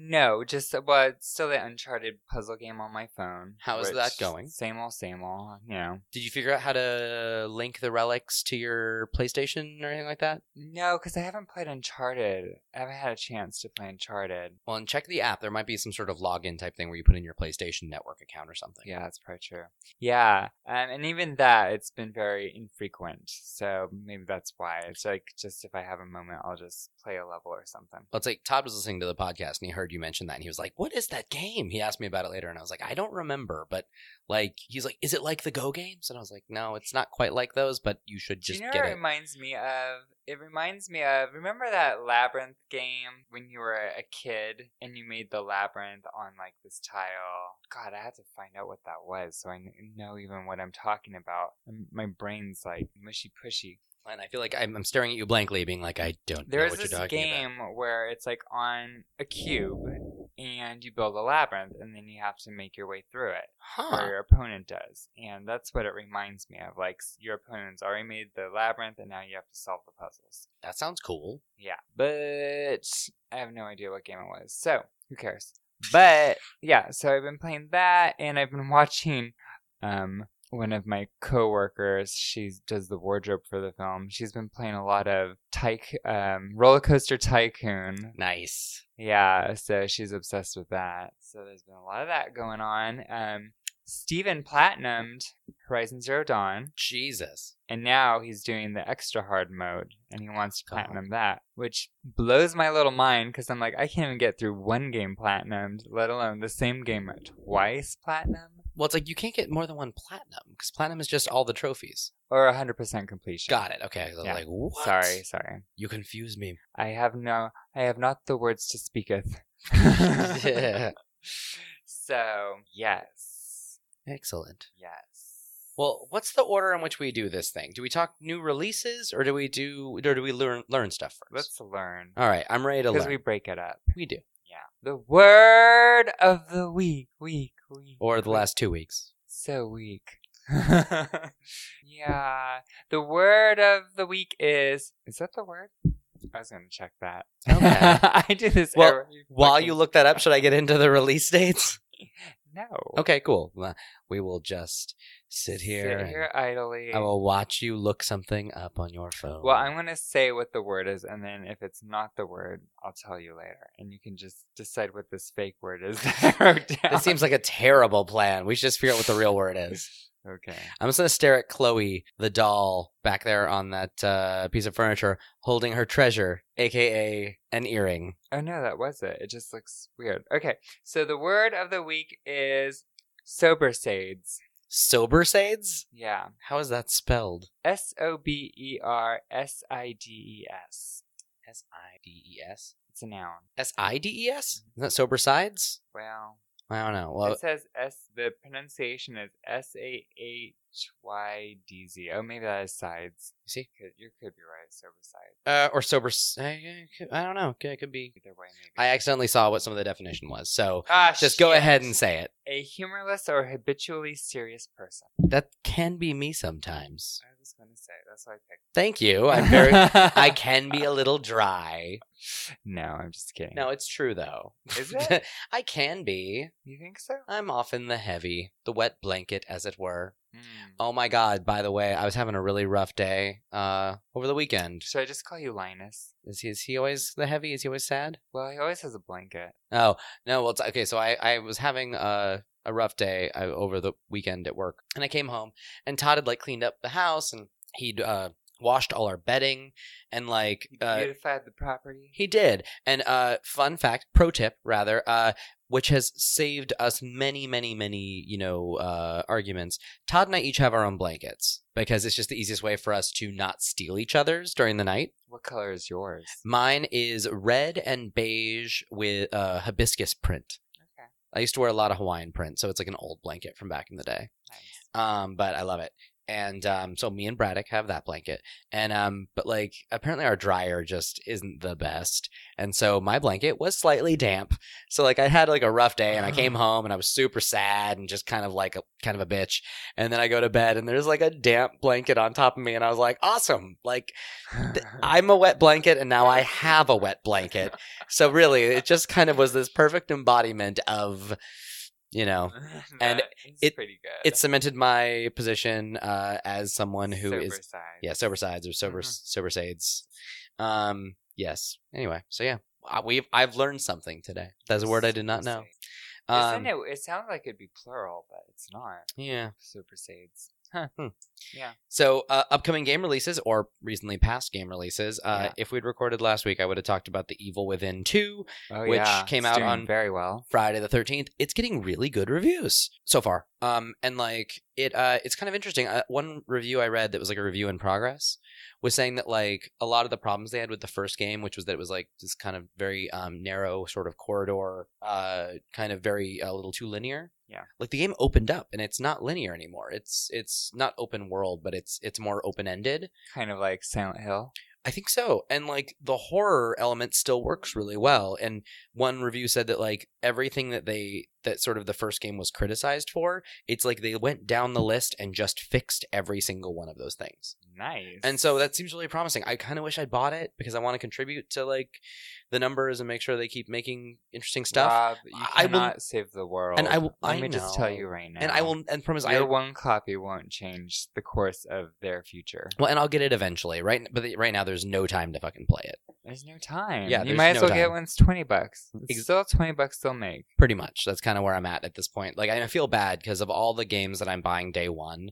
S1: no, just well, it's still the Uncharted puzzle game on my phone.
S2: How is that going?
S1: Same old, same old. You know,
S2: Did you figure out how to link the relics to your PlayStation or anything like that?
S1: no, because I haven't played Uncharted. I haven't had a chance to play Uncharted.
S2: Well, and check the app. There might be some sort of login type thing where you put in your PlayStation Network account or something.
S1: Yeah, that's probably true. Yeah, um, and even that, it's been very infrequent. So maybe that's why. It's like just if I have a moment, I'll just play a level or something.
S2: Well, it's like Todd was listening to the podcast and he heard you mention that and he was like, What is that game? He asked me about it later and I was like, I don't remember. But like, he's like, Is it like the Go games? And I was like, No, it's not quite like those, but you should
S1: Do
S2: just
S1: you know
S2: get
S1: what it
S2: it.
S1: reminds me of? It reminds me of remember that labyrinth game when you were a kid and you made the labyrinth on like this tile. God, I had to find out what that was so I kn- know even what I'm talking about. M- My brain's like mushy pushy.
S2: And I feel like I'm, I'm staring at you blankly, being like, I don't know
S1: There's
S2: what you're
S1: this
S2: talking about.
S1: game where it's like on a cube and you build a labyrinth and then you have to make your way through it or
S2: Huh.
S1: your opponent does and that's what it reminds me of like s- your opponent's already made the labyrinth and now you have to solve the puzzles
S2: That sounds cool.
S1: Yeah, but I have no idea what game it was. So who cares? But yeah, so I've been playing that, and I've been watching. Um, one of my coworkers, she does the wardrobe for the film. She's been playing a lot of tyc- um, roller coaster tycoon.
S2: Nice.
S1: Yeah, so she's obsessed with that. So there's been a lot of that going on. Um, Steven platinumed Horizon Zero Dawn
S2: Jesus.
S1: and now he's doing the extra hard mode and he wants to
S2: God.
S1: platinum that which blows my little mind because i'm like i can't even get through one game platinumed let alone the same game twice platinum
S2: Well, it's like you can't get more than one platinum because platinum is just all the trophies.
S1: or 100% completion
S2: Got it. Okay. I was
S1: Yeah.
S2: like, what?
S1: sorry sorry
S2: You confused me.
S1: i have no i have not the words to speaketh so yes
S2: Excellent.
S1: yes
S2: Well, what's the order in which we do this thing? Do we talk new releases, or do we do, or do we learn learn stuff 1st
S1: let's learn
S2: All right, I'm ready to
S1: because
S2: learn.
S1: we break it up
S2: we do,
S1: yeah the word of the week week week
S2: or the
S1: week.
S2: last two weeks.
S1: so weak. yeah. The word of the week is is that the word? I was gonna check that.
S2: Okay.
S1: I do this
S2: Well,
S1: every
S2: While
S1: fucking-
S2: you look that up, should I get into the release dates?
S1: No.
S2: Okay, cool. Well, We will just sit here.
S1: Sit
S2: and
S1: here idly.
S2: I will watch you look something up on your phone.
S1: Well, I'm gonna say what the word is, and then if it's not the word, I'll tell you later, and you can just decide what this fake word is that I wrote down.
S2: This seems like a terrible plan. We should just figure out what the real word is.
S1: okay.
S2: I'm just gonna stare at Chloe, the doll, back there on that uh, piece of furniture, holding her treasure, aka an earring.
S1: Oh no, that was it. It just looks weird. Okay, so the word of the week is sober sades.
S2: Sober sades?
S1: Yeah.
S2: How is that spelled?
S1: S O B E R S I D E S.
S2: S I D E S.
S1: It's a noun.
S2: S I D E S. Is that sober sides?
S1: Well,
S2: I don't know. Well,
S1: it says S. The pronunciation is S A H Y D Z. Oh, maybe that is sides.
S2: You see?
S1: could, you could be right. Sober side.
S2: uh, or sober. s- I I don't know. Okay, It could be.
S1: Either way, maybe.
S2: I accidentally saw what some of the definition was, so
S1: ah,
S2: just go
S1: shit.
S2: ahead and say it.
S1: A humorless or habitually serious person.
S2: That can be me sometimes.
S1: I was going to say that's what I picked.
S2: Thank you. I'm very. I can be a little dry.
S1: no, I'm just kidding.
S2: No, it's true though.
S1: Is it?
S2: I can be.
S1: you think so?
S2: I'm often the heavy, the wet blanket, as it were.
S1: Mm.
S2: Oh my god! By the way, I was having a really rough day uh, over the weekend.
S1: Should I just call you Linus?
S2: Is he is he always the heavy? Is he always sad?
S1: Well, he always has a blanket.
S2: Oh no! Well, it's, okay. So I I was having a a rough day uh, over the weekend at work, and I came home, and Todd had like cleaned up the house, and he'd uh, washed all our bedding, and like uh,
S1: Beautified the property.
S2: he did. And uh, fun fact, pro tip rather, uh, which has saved us many, many, many, you know, uh, arguments. Todd and I each have our own blankets because it's just the easiest way for us to not steal each other's during the night.
S1: what color is yours?
S2: Mine is red and beige with uh, hibiscus print.
S1: Okay.
S2: I used to wear a lot of Hawaiian print, so it's like an old blanket from back in the day.
S1: Nice.
S2: Um, but I love it. And um, so me and Braddock have that blanket. And um, but like apparently our dryer just isn't the best. And so my blanket was slightly damp. So like I had like a rough day and I came home and I was super sad and just kind of like a kind of a bitch. And then I go to bed and there's like a damp blanket on top of me and I was like, awesome. Like I'm a wet blanket and now I have a wet blanket. So really it just kind of was this perfect embodiment of you know, and
S1: That is
S2: it-
S1: pretty good.
S2: it cemented my position uh, as someone who is
S1: Sober side.
S2: yeah sober sides or sober
S1: Mhm.
S2: sober sades. Um, yes. Anyway, so yeah, I, we've I've learned something today. That's a word I did not know.
S1: Supersede.
S2: Um,
S1: Isn't it? It sounds like it'd be plural, but it's not.
S2: yeah. hmm.
S1: Super Sades.
S2: So uh, upcoming game releases or recently past game releases. Uh,
S1: Yeah.
S2: If we'd recorded last week, I would have talked about the Evil Within two
S1: Oh,
S2: Which
S1: yeah.
S2: came
S1: It's
S2: out
S1: doing
S2: on-
S1: very well.
S2: Friday the 13th, it's getting really good reviews so far. Um, and like it, uh, it's kind of interesting. Uh, one review I read that was like a review in progress was saying that like a lot of the problems they had with the first game, which was that it was like this kind of very um, narrow sort of corridor, uh, kind of very a little too linear.
S1: Yeah.
S2: Like the game opened up and it's not linear anymore. It's it's not open world, but it's it's more open ended.
S1: Kind of like Silent Hill.
S2: I think so. And like the horror element still works really well. And one review said that like everything that they that sort of the first game was criticized for, it's like they went down the list and just fixed every single one of those things.
S1: Nice.
S2: And so that seems really promising. I kind of wish I bought it because I want to contribute to like the numbers and make sure they keep making interesting stuff.
S1: Rob, you
S2: I will-
S1: cannot save the world.
S2: and I will-
S1: Let
S2: I
S1: me just tell
S2: know.
S1: you right now.
S2: and I will and promise I
S1: Your one copy won't change the course of their future.
S2: well, and I'll get it eventually, right? But right now, there's no time to fucking play it.
S1: There's no time.
S2: Yeah,
S1: you
S2: there's
S1: might as
S2: no
S1: well get
S2: time.
S1: one that's twenty bucks. It's
S2: Ex-
S1: still twenty bucks. They'll make.
S2: pretty much that's kind of where i'm at at this point like i feel bad because of all the games that i'm buying day one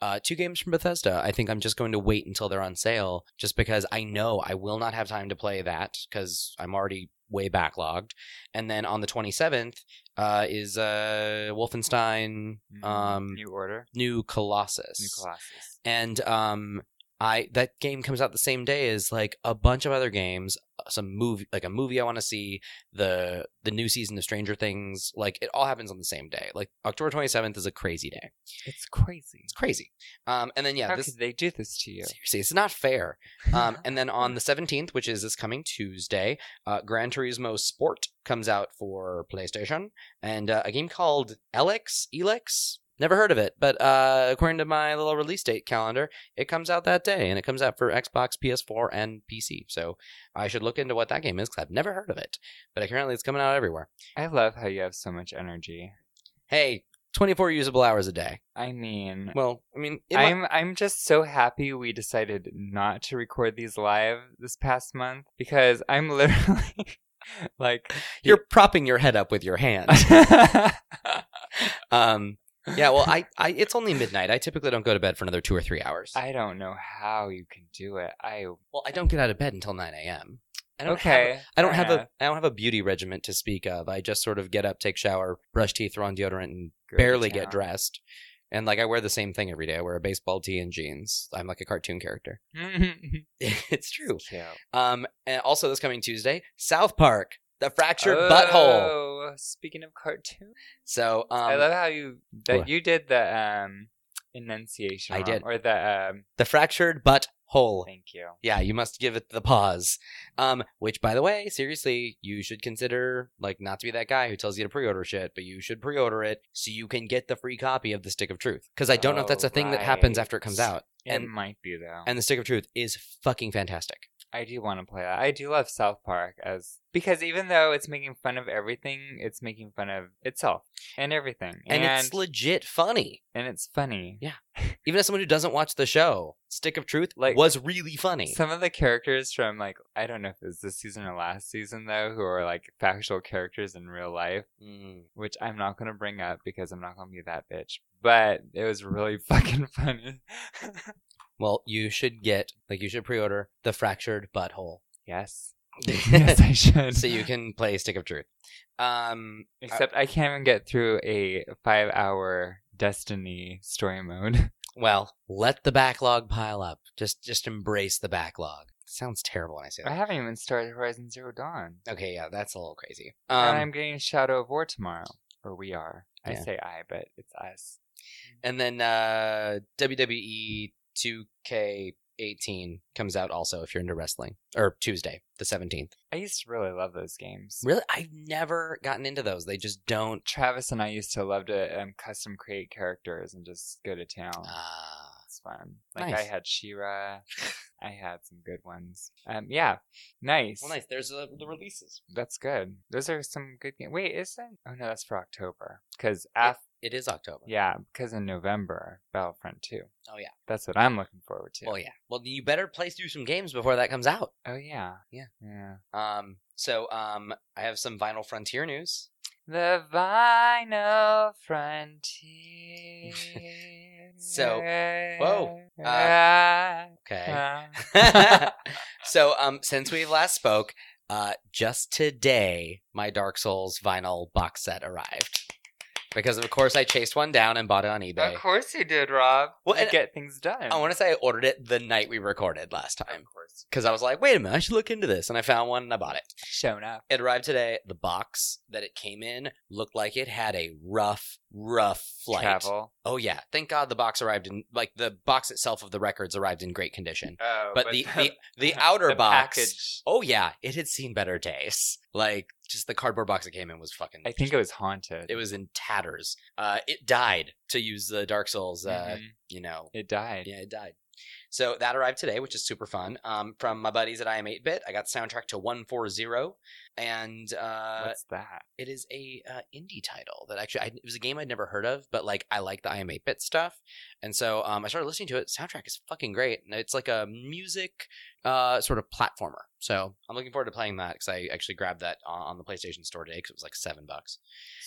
S2: uh, two games from bethesda i think i'm just going to wait until they're on sale just because i know i will not have time to play that because i'm already way backlogged and then on the 27th uh, is uh, wolfenstein
S1: Mhm.
S2: um,
S1: New order.
S2: new colossus
S1: New Colossus.
S2: and um I that game comes out the same day as like a bunch of other games, uh, some movie like a movie I want to see, the the new season of Stranger Things, like it all happens on the same day. Like October 27th is a crazy day.
S1: It's crazy.
S2: It's crazy. Um and then yeah,
S1: How
S2: this
S1: could they do this to you?
S2: seriously, it's not fair. Um and then on the 17th, which is this coming Tuesday, uh Gran Turismo Sport comes out for PlayStation and uh, a game called Elex, Elex. Never heard of it, but uh, according to my little release date calendar, it comes out that day, and it comes out for Xbox, PS4, and PC. So I should look into what that game is because I've never heard of it. But apparently, it's coming out everywhere.
S1: I love how you have so much energy.
S2: Hey, 24 usable hours a day.
S1: I mean,
S2: Well, I mean, it might-
S1: I'm I'm just so happy we decided not to record these live this past month because I'm literally like
S2: you're propping your head up with your hand. um, yeah, well, I, I, it's only midnight. I typically don't go to bed for another two or three hours.
S1: I don't know how you can do it. I
S2: well, I don't get out of bed until 9 a.m. I don't have a-
S1: okay.
S2: I don't
S1: fair
S2: have a
S1: enough.
S2: I don't have a beauty regimen to speak of. I just sort of get up, take shower, brush teeth, throw on deodorant, and
S1: Go to
S2: barely
S1: town.
S2: get dressed. And like I wear the same thing every day. I wear a baseball tee and jeans. I'm like a cartoon character. it's true.
S1: Cute.
S2: Um, and also this coming Tuesday, South Park, the fractured butthole.
S1: Oh, Speaking of cartoons,
S2: So um,
S1: I love how you that
S2: what?
S1: you did the um enunciation.
S2: I
S1: wrong,
S2: did.
S1: or the um.
S2: the fractured butthole.
S1: Thank you.
S2: Yeah, you must give it the pause. Um, which, by the way, seriously, you should consider like not to be that guy who tells you to pre-order shit, but you should pre-order it so you can get the free copy of the Stick of Truth. Because I don't know if that's a
S1: Oh,
S2: thing that happens
S1: right.
S2: after it comes out.
S1: it
S2: And-
S1: might be though.
S2: And the Stick of Truth is fucking fantastic.
S1: I do want to play that. I do love South Park as because even though it's making fun of everything, it's making fun of itself and everything,
S2: And, it's legit funny.
S1: and it's funny.
S2: Even as someone who doesn't watch the show, Stick of Truth
S1: Like-
S2: was really funny.
S1: Some of the characters from like I don't know if it was this season or last season though, who are like factual characters in real life,
S2: Mm.
S1: which I'm not gonna bring up because I'm not gonna be that bitch. But it was really fucking funny.
S2: Well, you should get like you should pre-order the fractured butthole.
S1: Yes. yes, I should.
S2: so you can play Stick of Truth. Um,
S1: Except I can't even get through a five hour Destiny story mode.
S2: well, let the backlog pile up. Just just embrace the backlog. Sounds terrible when I say
S1: I
S2: that.
S1: haven't even started Horizon Zero Dawn.
S2: Okay, yeah, that's a little crazy.
S1: and
S2: Um,
S1: I'm getting Shadow of War tomorrow. Or we are. I
S2: Yeah.
S1: say I, but it's us.
S2: and then uh, E WWE 2K18 comes out also if you're into wrestling or Tuesday the 17th.
S1: I used to really love those games.
S2: Really, I've never gotten into those. They just don't.
S1: Travis and I used to love to um, custom create characters and just go to town.
S2: Ah.
S1: It's fun. Like I
S2: Nice.
S1: had Shira. I had some good ones. Um, yeah, nice.
S2: well, nice. There's uh, the releases.
S1: That's good. Those are some good games. Wait, isn't? Oh no, that's for October. Because af-
S2: It is October.
S1: yeah, because in November Battlefront Two.
S2: Oh, yeah.
S1: that's what I'm looking forward to.
S2: Well, yeah. Well, then you better play through some games before that comes out.
S1: Oh yeah,
S2: Yeah.
S1: yeah.
S2: Um, so um, I have some Vinyl Frontier news.
S1: The vinyl frontier.
S2: So- whoa, uh,
S1: Ah,
S2: Okay.
S1: ah.
S2: so um, since we last spoke, uh, just today my Dark Souls vinyl box set arrived. Because of course I chased one down and bought it on eBay.
S1: of course you did, Rob. Well,
S2: Well,
S1: you
S2: and-
S1: get things done.
S2: I want to say I ordered it the night we recorded last time. Because I was like, wait a minute, I should look into this. And I found one and I bought it.
S1: Shown up.
S2: It arrived today. The box that it came in looked like it had a rough, rough flight.
S1: Travel.
S2: Oh yeah, thank God the box arrived in like the box itself of the records arrived in great condition.
S1: Oh,
S2: But, the, the the outer box.
S1: package-
S2: Oh yeah, it had seen better days. Like just the cardboard box it came in was fucking.
S1: I think it was haunted.
S2: it was in tatters. Uh, it died to use the Dark Souls. Uh,
S1: Mhm.
S2: you know,
S1: It died.
S2: yeah, it died. So that arrived today, which is super fun. Um, from my buddies at I Am 8 Bit, I got the soundtrack to 140, and uh,
S1: What's that?
S2: it is a uh, indie title that actually I, it was a game I'd never heard of, but like I like the I am 8 bit stuff, and so um, I started listening to it. Soundtrack is fucking great, and it's like a music uh, sort of platformer. So I'm looking forward to playing that because I actually grabbed that on, on the PlayStation Store today because it was like seven bucks,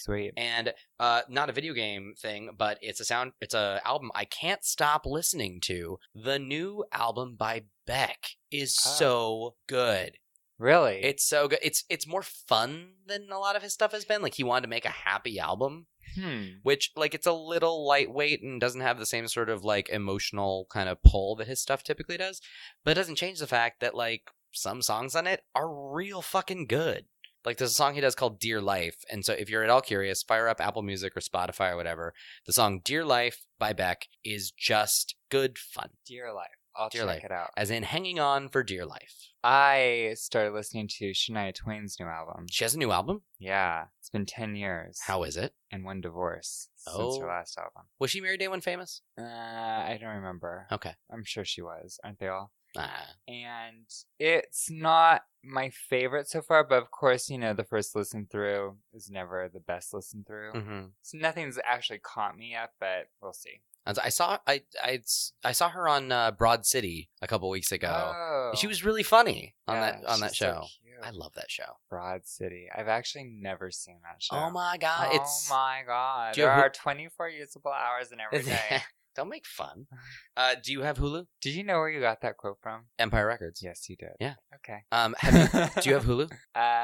S1: Sweet.
S2: and uh, not a video game thing, but it's a sound, it's a album I can't stop listening to. The new album by Beck is
S1: Ah.
S2: so good.
S1: Really?
S2: It's so good. It's it's more fun than a lot of his stuff has been. Like he wanted to make a happy album,
S1: hmm.
S2: which like it's a little lightweight and doesn't have the same sort of like emotional kind of pull that his stuff typically does. But it doesn't change the fact that like some songs on it are real fucking good. Like there's a song he does called Dear Life, and so if you're at all curious, fire up Apple Music or Spotify or whatever. The song Dear Life by Beck is just good fun.
S1: Dear Life. I'll
S2: Dear
S1: check
S2: Life.
S1: it out.
S2: As in hanging on for dear life.
S1: I started listening to Shania Twain's new album.
S2: She has a new album.
S1: Yeah. It's been 10 years
S2: How is it?
S1: and one divorce since
S2: Oh.
S1: her last album.
S2: Was she married to anyone famous?
S1: Uh, I don't remember.
S2: Okay.
S1: I'm sure she was. Aren't they all?
S2: Ah,
S1: and it's not my favorite so far but of course you know the first listen through is never the best listen through
S2: mhm.
S1: so nothing's actually caught me yet but we'll see
S2: And I saw I I I saw her on uh, Broad City a couple weeks ago.
S1: oh.
S2: She was really funny on
S1: Yeah,
S2: that on that
S1: she's so
S2: show.
S1: cute.
S2: I love that show.
S1: broad city i've actually never seen that show
S2: Oh my god,
S1: Oh
S2: it's
S1: my god
S2: Do you
S1: there
S2: have-
S1: are 24 usable hours in every day
S2: don't make fun. Uh, do you have Hulu?
S1: did you know where you got that quote from
S2: Empire Records.
S1: yes you did
S2: Yeah.
S1: okay
S2: Um, have you, do you have Hulu?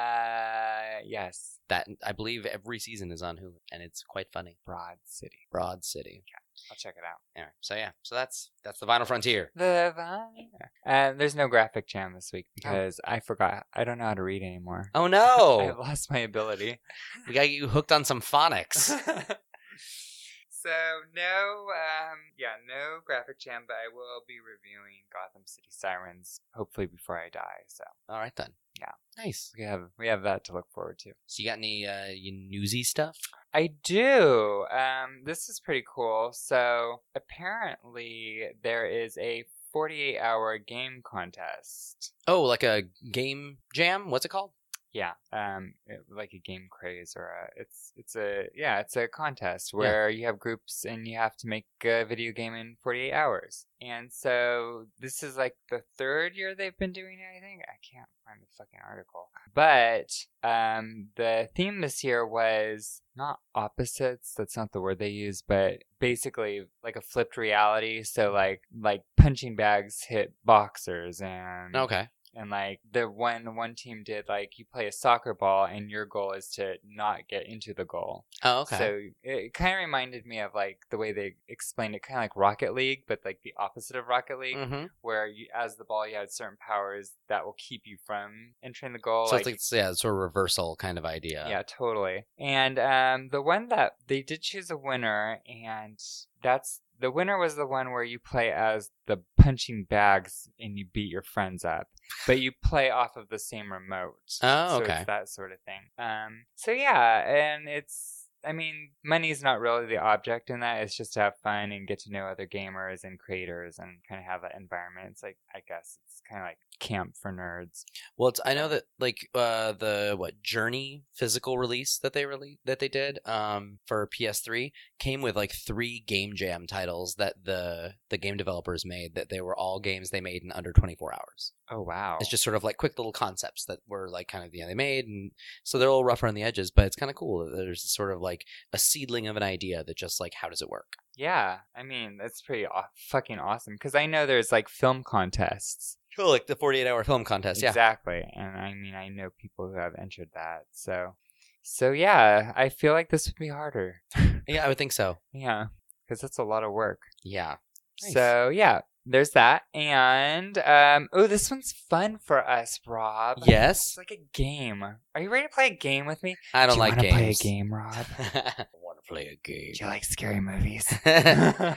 S1: uh yes
S2: That I believe every season is on Hulu, and it's quite funny.
S1: broad city
S2: Broad City.
S1: i'll check it out
S2: Anyway, so yeah, so that's that's the Vinyl Frontier.
S1: The vine. And there's no graphic jam this week
S2: Oh.
S1: because I forgot. I don't know how to read anymore.
S2: Oh
S1: I
S2: no,
S1: lost my ability.
S2: we got you hooked on some phonics.
S1: so no, um, yeah, no graphic jam. But I will be reviewing Gotham City Sirens hopefully before I die. So
S2: All right then.
S1: Yeah.
S2: Nice.
S1: we have we have that to look forward to.
S2: So you got any uh, you newsy stuff?
S1: I do. Um, this is pretty cool. So apparently there is a 48 hour game contest.
S2: Oh, like a game jam? What's it called?
S1: yeah um it- like a game craze or a, it's it's a yeah it's a contest where you have groups and you have to make a video game in 48 hours and so this is like the third year they've been doing it i think i can't find the fucking article but um the theme this year was not opposites that's not the word they use but basically like a flipped reality so like like punching bags hit boxers and
S2: Okay.
S1: and like the one one team did like you play a soccer ball and your goal is to not get into the goal
S2: Oh, okay.
S1: so it kind of reminded me of like the way they explained it kind of like rocket league but like the opposite of rocket league
S2: hmm
S1: where you, as the ball you had certain powers that will keep you from entering the goal
S2: so
S1: like,
S2: it's like, it's- yeah, it's sort of reversal kind of idea.
S1: yeah, totally. And um, the one that they did choose a winner, and that's the winner was the one where you play as the punching bags and you beat your friends up, but you play off of the same remote.
S2: Oh,
S1: So
S2: okay.
S1: it's that sort of thing. Um, so yeah, and it's. I mean, money's not really the object in that. It's just to have fun and get to know other gamers and creators and kind of have that environment. It's like, I guess it's kind of like camp for nerds.
S2: Well, it's, I know that like uh, the what Journey physical release that they released that they did um, for PS3 came with like three game jam titles that the the game developers made that they were all games they made in under 24 hours.
S1: Oh, wow.
S2: It's just sort of like quick little concepts that were like kind of the end they made, and so they're a little rougher on the edges, but it's kind of cool that there's sort of like a seedling of an idea that just like how does it work?
S1: Yeah, I mean that's pretty aw- fucking awesome because I know there's like film contests.
S2: Cool, like the 48 hour film contest. Yeah.
S1: Exactly, and I mean I know people who have entered that. So, so yeah, I feel like this would be harder.
S2: Yeah, I would think so.
S1: Yeah, because that's a lot of work.
S2: Yeah. Nice.
S1: So yeah, there's that. And um, oh, this one's fun for us, Rob.
S2: Yes.
S1: It's like a game. Are you ready to play a game with me?
S2: I
S1: Do
S2: don't
S1: you
S2: like
S1: wanna
S2: games.
S1: Play a game, Rob.
S2: I want to play a game.
S1: Do you like scary movies?
S2: yeah.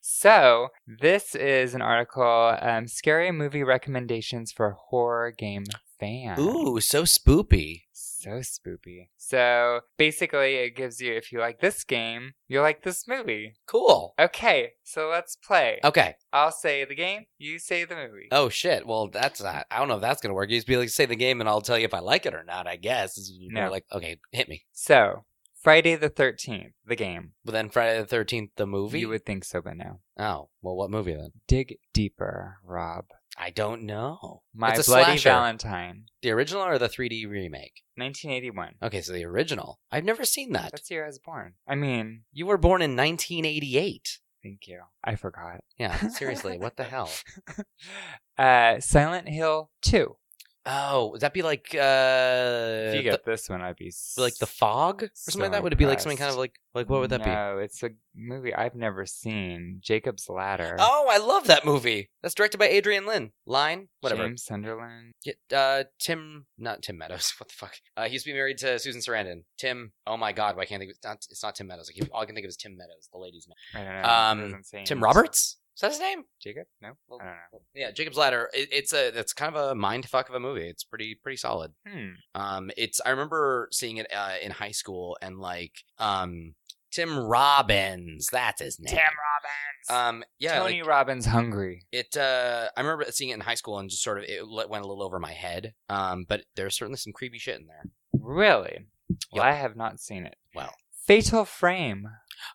S1: so this is an article um, scary movie recommendations for horror game fans
S2: Ooh, so spoopy.
S1: so spoopy so basically it gives you if you like this game you'll like this movie
S2: Cool.
S1: okay so let's play
S2: Okay.
S1: i'll say the game you say the movie
S2: Oh shit. Well, that's not. I don't know if that's gonna work. You just be like, say the game, and I'll tell you if I like it or not. I guess. This is more
S1: No.
S2: Like, okay, hit me.
S1: so friday the 13th the game
S2: But then Friday the Thirteenth, the movie.
S1: you would think so but no
S2: Oh well, what movie then?
S1: dig deeper rob
S2: I don't know.
S1: my
S2: It's a
S1: bloody
S2: slasher.
S1: valentine
S2: The original or the 3D remake?
S1: 1981
S2: Okay, so the original. I've never seen that.
S1: that's the year i was born i mean
S2: You were born in 1988.
S1: thank you i forgot
S2: Yeah, seriously, what the hell?
S1: uh, Silent Hill 2.
S2: Oh, would that be like uh
S1: If you
S2: the-
S1: get this one, I'd be s-
S2: like the fog or something
S1: So
S2: like that? Would it be like something kind
S1: impressed.
S2: of like like what would that be?
S1: No, it's a movie I've never seen. Jacob's Ladder.
S2: Oh, I love that movie. That's directed by Adrian Lynn. Line, whatever.
S1: James Sunderland.
S2: Yeah, uh, Tim, not Tim Meadows. What the fuck? Uh, he used to be married to Susan Sarandon. Tim. Oh my God, why can't I think? Of, it's, not, it's not Tim Meadows. I keep, all I can think of is Tim Meadows, the ladies' man.
S1: I don't know.
S2: Um,
S1: It doesn't say
S2: Tim
S1: any-
S2: Roberts. Is that his name?
S1: Jacob? No, I don't know.
S2: Yeah, Jacob's Ladder. It, it's a that's kind of a mind fuck of a movie. It's pretty pretty solid.
S1: Hmm.
S2: Um, it's I remember seeing it uh, in high school and like um Tim Robbins. That's his name.
S1: Tim Robbins.
S2: Um, yeah,
S1: Tony
S2: like,
S1: Robbins hungry.
S2: it uh i remember seeing it in high school and just sort of it le- went a little over my head um but there's certainly some creepy shit in there
S1: Really? Well,
S2: Yep.
S1: I have not seen it.
S2: Well.
S1: Fatal Frame.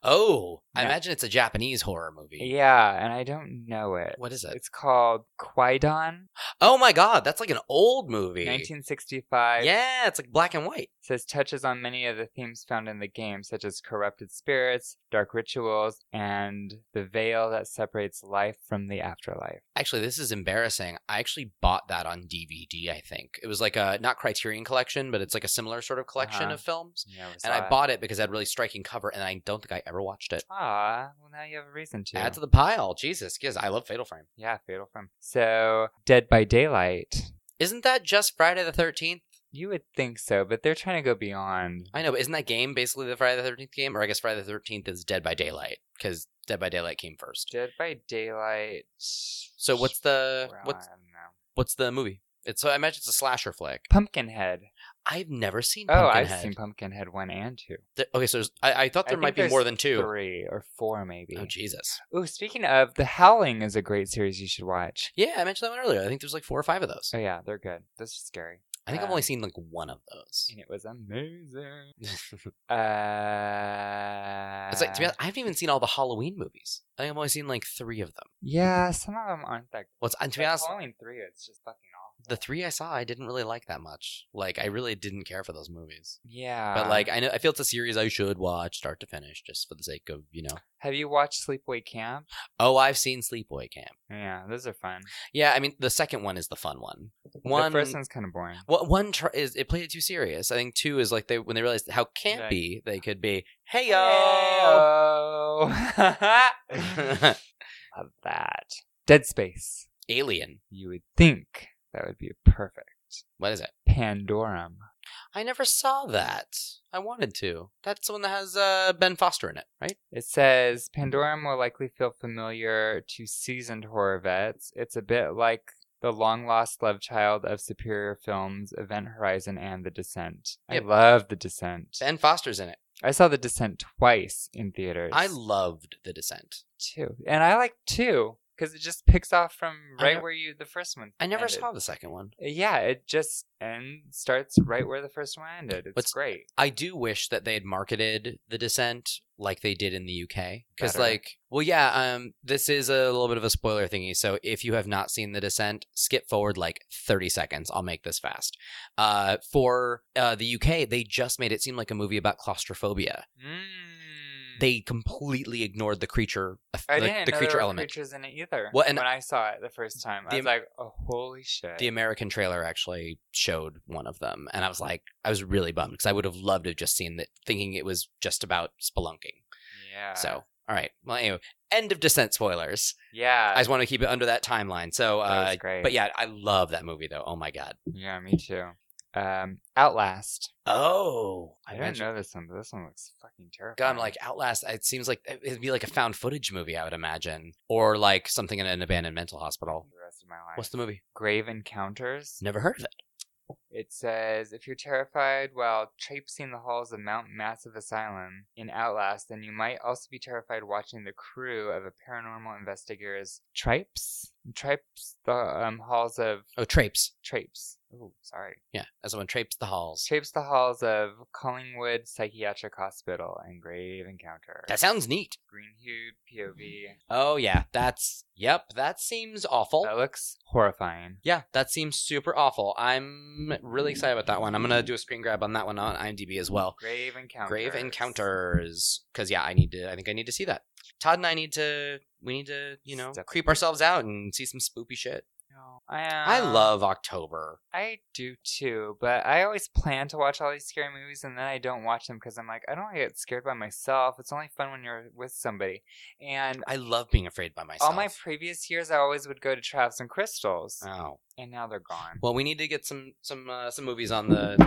S2: oh i
S1: Yeah.
S2: imagine it's a japanese horror movie
S1: Yeah, and I don't know it.
S2: what is it
S1: It's called Quaidon,
S2: oh my god that's like an old movie
S1: 1965.
S2: yeah it's like black and white
S1: says touches on many of the themes found in the game, such as corrupted spirits, dark rituals, and the veil that separates life from the afterlife.
S2: actually this is embarrassing i actually bought that on dvd i think it was like a not criterion collection but it's like a similar sort of collection
S1: Uh-huh.
S2: of films
S1: Yeah,
S2: and i bought it because it had really striking cover and i don't think i ever watched it
S1: Ah, well now you have a reason to.
S2: add to the pile jesus because i love fatal frame
S1: yeah, Fatal Frame. So Dead by Daylight.
S2: isn't that just friday the 13th
S1: You would think so, but they're trying to go beyond.
S2: I know, but isn't that game basically the Friday the Thirteenth game? Or I guess Friday the Thirteenth is Dead by Daylight because Dead by Daylight came first.
S1: Dead by Daylight.
S2: So what's the
S1: Well,
S2: what's
S1: I don't know.
S2: what's the movie? It's so I imagine it's a slasher flick.
S1: Pumpkinhead.
S2: I've never seen.
S1: Oh,
S2: Pumpkinhead.
S1: I've seen Pumpkinhead one and two,
S2: Th- okay, so there's, I, I thought
S1: I
S2: there
S1: think
S2: might be more
S1: there's
S2: than two.
S1: three or four maybe.
S2: Oh Jesus!
S1: Oh, speaking of, The Howling is a great series you should watch.
S2: Yeah, I mentioned that one earlier. I think there's like four or five of those.
S1: Oh yeah, they're good. This is scary.
S2: I think I've
S1: Um,
S2: only seen like one of those.
S1: and it was amazing. Uh,
S2: It's like to be honest, I haven't even seen all the Halloween movies. I think I've only seen like three of them.
S1: yeah, some of them aren't that.
S2: Well, it's, and to be
S1: like,
S2: honest,
S1: Halloween three, it's just fucking awful.
S2: the three I saw, I didn't really like that much. Like, I really didn't care for those movies.
S1: yeah,
S2: But like, I know I feel it's a series I should watch, start to finish, just for the sake of you know.
S1: have you watched Sleepaway Camp?
S2: Oh, I've seen Sleepaway Camp.
S1: Yeah, those are fun.
S2: Yeah, I mean, the second one is the fun one. One
S1: the first one's kind of boring.
S2: Well, one tr- is it played it too serious. I think two is like they when they realized how campy they could be. Hey yo,
S1: Heyo. Love that. Dead Space.
S2: Alien.
S1: You would think that would be a perfect
S2: What is it?
S1: Pandorum.
S2: I never saw that. I wanted to. That's the one that has uh, Ben Foster in it, right?
S1: It says Pandorum will likely feel familiar to seasoned horror vets. It's a bit like the long lost love child of superior films, Event Horizon and The Descent.
S2: Yep.
S1: I love The Descent.
S2: Ben Foster's in it.
S1: I saw The Descent twice in theaters.
S2: I loved The Descent.
S1: two, and I like two because it just picks off from
S2: I
S1: right
S2: ne-
S1: where you the first one.
S2: I never
S1: ended.
S2: saw the second one.
S1: Yeah, it just and starts right where the first one ended. It's
S2: What's-
S1: great.
S2: I do wish that they had marketed The Descent like they did in the UK. Because,
S1: Better.
S2: like, well, yeah, um, this is a little bit of a spoiler thingy. So if you have not seen The Descent, skip forward like 30 seconds. I'll make this fast. Uh, for uh, the UK, they just made it seem like a movie about claustrophobia.
S1: Mm.
S2: They completely ignored the creature, uh,
S1: I
S2: the,
S1: didn't
S2: the
S1: know
S2: creature
S1: there were
S2: element.
S1: creatures in it either.
S2: Well, and-
S1: when I saw it the first time,
S2: The-
S1: I was like, "Oh, holy shit!"
S2: The American trailer actually showed one of them, and I was like, I was really bummed because I would have loved to have just seen that, thinking it was just about spelunking.
S1: yeah.
S2: So, all right. Well, anyway, end of Descent spoilers.
S1: yeah,
S2: I just want to keep it under that timeline. So,
S1: that was
S2: uh,
S1: great.
S2: but yeah, I love that movie though. Oh my god.
S1: yeah, me too. Um, Outlast.
S2: Oh,
S1: I didn't know this one, but this one looks fucking terrifying.
S2: God, I'm like Outlast. It seems like it'd be like a found footage movie, I would imagine, or like something in an abandoned mental hospital.
S1: the rest of my life.
S2: What's the movie?
S1: Grave Encounters.
S2: Never heard of it.
S1: It says, if you're terrified while traipsing the halls of Mount Massive Asylum in Outlast, then you might also be terrified watching the crew of a paranormal investigator's tripes, tripes the um, halls of
S2: Oh, Traipse.
S1: trapes. Ooh, sorry,
S2: Yeah, as someone Traipse the halls.
S1: trapes the halls of Collingwood Psychiatric Hospital and Grave Encounter.
S2: That sounds neat.
S1: green hued POV.
S2: Oh yeah, that's yep. That seems awful.
S1: That looks horrifying.
S2: Yeah, that seems super awful. I'm really excited about that one. I'm gonna do a screen grab on that one on IMDb as well.
S1: Grave Encounter.
S2: Grave Encounters. Because yeah, I need to. I think I need to see that. Todd and I need to. We need to, you know,
S1: Step
S2: creep
S1: into it.
S2: ourselves out and see some spoopy shit.
S1: No, I,
S2: I
S1: um,
S2: love October.
S1: I do too, but I always plan to watch all these scary movies and then I don't watch them because I'm like, I don't want to get scared by myself. It's only fun when you're with somebody. And
S2: I love being afraid by myself.
S1: all my previous years, I always would go to Travis and Crystals,
S2: oh
S1: and now they're gone.
S2: well, we need to get some some uh, some movies on the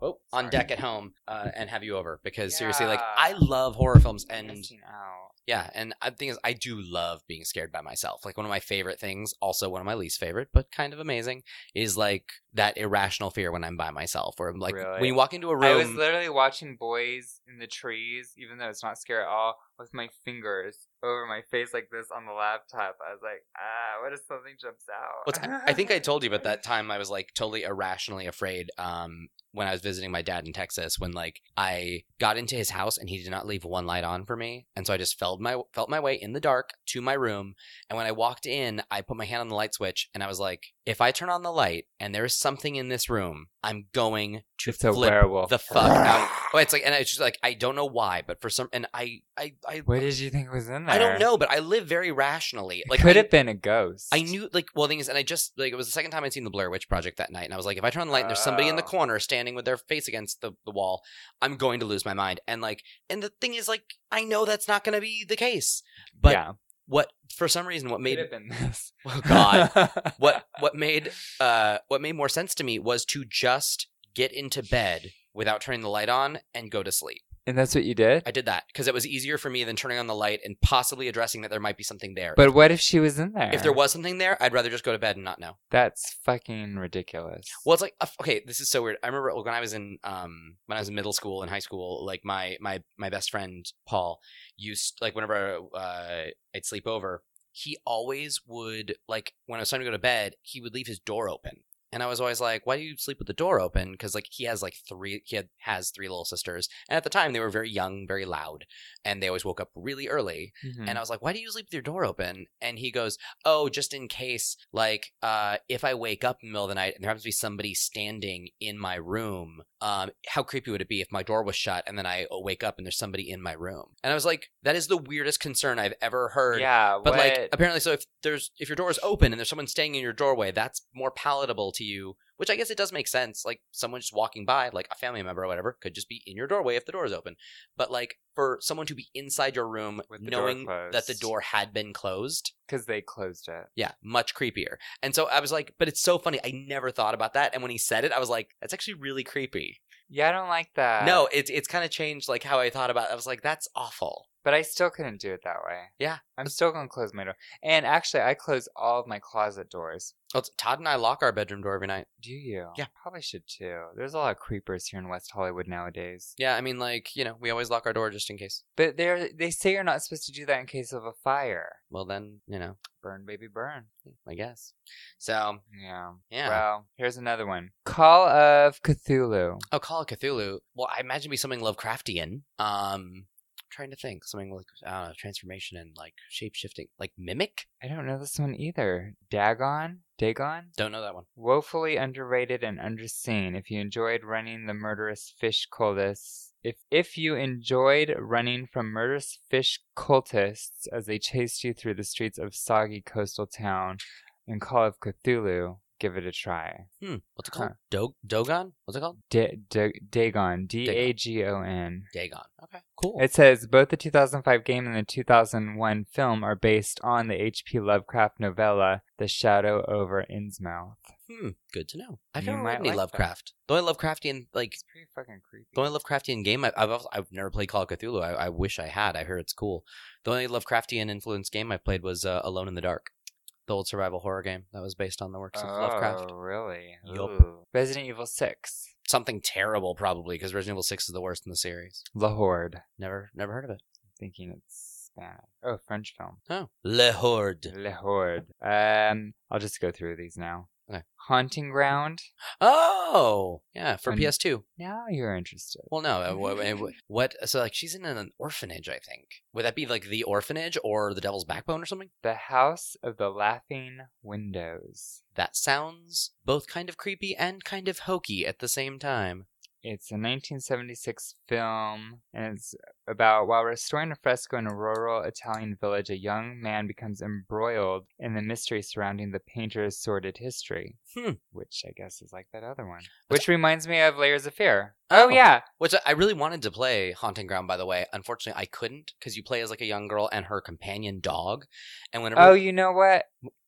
S2: oh, on
S1: Sorry.
S2: deck at home uh, and have you over because seriously, like
S1: Yeah.
S2: I love horror films
S1: I'm
S2: and
S1: missing out.
S2: Yeah, and I- the thing is, I do love being scared by myself. Like one of my favorite things, also one of my least favorite, but kind of amazing, is like that irrational fear when I'm by myself, or like
S1: Really?
S2: when you walk into a
S1: I was
S2: room.
S1: literally watching Boys in the Trees, even though it's not scary at all, with my fingers over my face like this on the laptop. I was like, ah, what if something jumps out?
S2: What's- I think I told you about that time I was like totally irrationally afraid um, when I was visiting my dad in Texas. When like I got into his house and he did not leave one light on for me, and so I just felt my felt my way in the dark to my room. And when I walked in, I put my hand on the light switch and I was like, if I turn on the light and there is something in this room, I'm going to
S1: It's a
S2: flip
S1: werewolf.
S2: the fuck out. Oh, it's like, and it's just like I don't know why, but for some, and I, I, I,
S1: What did you think was in there?
S2: I don't know, but I live very rationally. Like,
S1: could
S2: I,
S1: have been a ghost.
S2: I knew, like, well, the thing is, and I just like it was the second time I'd seen the Blair Witch Project that night, and I was like, if I turn on the light and there's somebody in the
S1: Oh.
S2: corner standing with their face against the, the wall, I'm going to lose my mind. And like, and the thing is, like, I know that's not going to be the case. But
S1: yeah,
S2: what for some reason, what
S1: could
S2: made
S1: have been this.
S2: oh god, what what made uh what made more sense to me was to just get into bed without turning the light on and go to sleep.
S1: And that's what you did.
S2: I did that because it was easier for me than turning on the light and possibly addressing that there might be something there.
S1: But what if she was in there?
S2: if there was something there, I'd rather just go to bed and not know.
S1: that's fucking ridiculous.
S2: Well, it's like uh, okay, this is so weird. I remember when I was in um when I was in middle school and high school, like my my my best friend Paul used like whenever uh, I'd sleep over, he always would like when it was time to go to bed, he would leave his door open. And I was always like, why do you sleep with the door open? Because like he has like three, he had, has three little sisters, and at the time they were very young, very loud, and they always woke up really early.
S1: Mhm.
S2: And I was like, why do you sleep with your door open? And he goes, oh, just in case, like, uh, if I wake up in the middle of the night and there happens to be somebody standing in my room, um, how creepy would it be if my door was shut and then I uh, wake up and there's somebody in my room? And I was like, that is the weirdest concern I've ever heard.
S1: yeah,
S2: But like
S1: what-
S2: apparently, so if there's if your door is open and there's someone standing in your doorway, that's more palatable to you. Which I guess it does make sense. Like someone just walking by, like a family member or whatever, could just be in your doorway if the door is open. But like for someone to be inside your room,
S1: With the door
S2: knowing that the
S1: closed.
S2: door had been closed,
S1: because they closed it.
S2: yeah, much creepier. And so I was like, but it's so funny. I never thought about that. And when he said it, I was like, that's actually really creepy.
S1: Yeah, I don't like that.
S2: no, it's it's kind of changed like how I thought about. it. I was like, that's awful.
S1: but I still couldn't do it that way.
S2: Yeah.
S1: I'm still gonna close my door. And actually, I close all of my closet doors.
S2: Oh, Todd and I lock our bedroom door every night.
S1: Do you?
S2: Yeah.
S1: probably should too. There's a lot of creepers here in West Hollywood nowadays.
S2: Yeah, I mean, like you know, we always lock our door just in case.
S1: But they they say you're not supposed to do that in case of a fire.
S2: well then you know
S1: Burn, baby, burn.
S2: i guess so
S1: Yeah.
S2: yeah
S1: Well, here's another one. Call of Cthulhu.
S2: oh call of cthulhu well i imagine it'd be something lovecraftian um trying to think something like uh transformation and like shape shifting like mimic
S1: I don't know this one either. Dagon? Dagon?
S2: don't know that one
S1: woefully underrated and underseen. If you enjoyed running the murderous fish cultists, if if you enjoyed running from murderous fish cultists as they chased you through the streets of soggy coastal town in Call of Cthulhu, give it a try.
S2: hmm what's it called Do- dogon what's it called
S1: Da- Da- Dagon, D A G O N.
S2: dagon okay cool
S1: It says both the 2005 game and the 2001 film are based on the H.P. Lovecraft novella The Shadow over Innsmouth.
S2: hmm good to know i've
S1: You
S2: never
S1: might
S2: read any
S1: Mm, like that.
S2: lovecraft the only lovecraftian like
S1: It's pretty fucking creepy.
S2: the only Lovecraftian game I, I've also, I've never played Call of Cthulhu. I, I wish I had. I hear it's cool. The only Lovecraftian influenced game I played was uh, Alone in the Dark, the old survival horror game that was based on the works of Lovecraft.
S1: Oh, really?
S2: Yup.
S1: Ooh. Resident Evil 6.
S2: something terrible probably because Resident Evil 6 is the worst in the series.
S1: La Horde. I'm
S2: Never never heard of it.
S1: thinking it's Spanish. Oh, French film.
S2: Oh. Le Horde.
S1: La Horde. Um, I'll just go through these now.
S2: Okay.
S1: Haunting Ground.
S2: Oh. Yeah, for
S1: Un-
S2: PS2.
S1: Now you're interested.
S2: Well, no. uh, wha- wha- What so like she's in an orphanage, I think. Would that be like The Orphanage or The Devil's Backbone or something?
S1: The House of the Laughing Windows.
S2: That sounds both kind of creepy and kind of hokey at the same time.
S1: It's a 1976 film, and it's about while restoring a fresco in a rural Italian village, a young man becomes embroiled in the mystery surrounding the painter's sordid history,
S2: Hmm.
S1: which I guess is like that other one. Which reminds me of Layers of Fear.
S2: Oh.
S1: Oh, yeah,
S2: Which I- I really wanted to play Haunting Ground by the way. Unfortunately, I couldn't cuz you play as like a young girl and her companion dog and whenever
S1: Oh, you know what?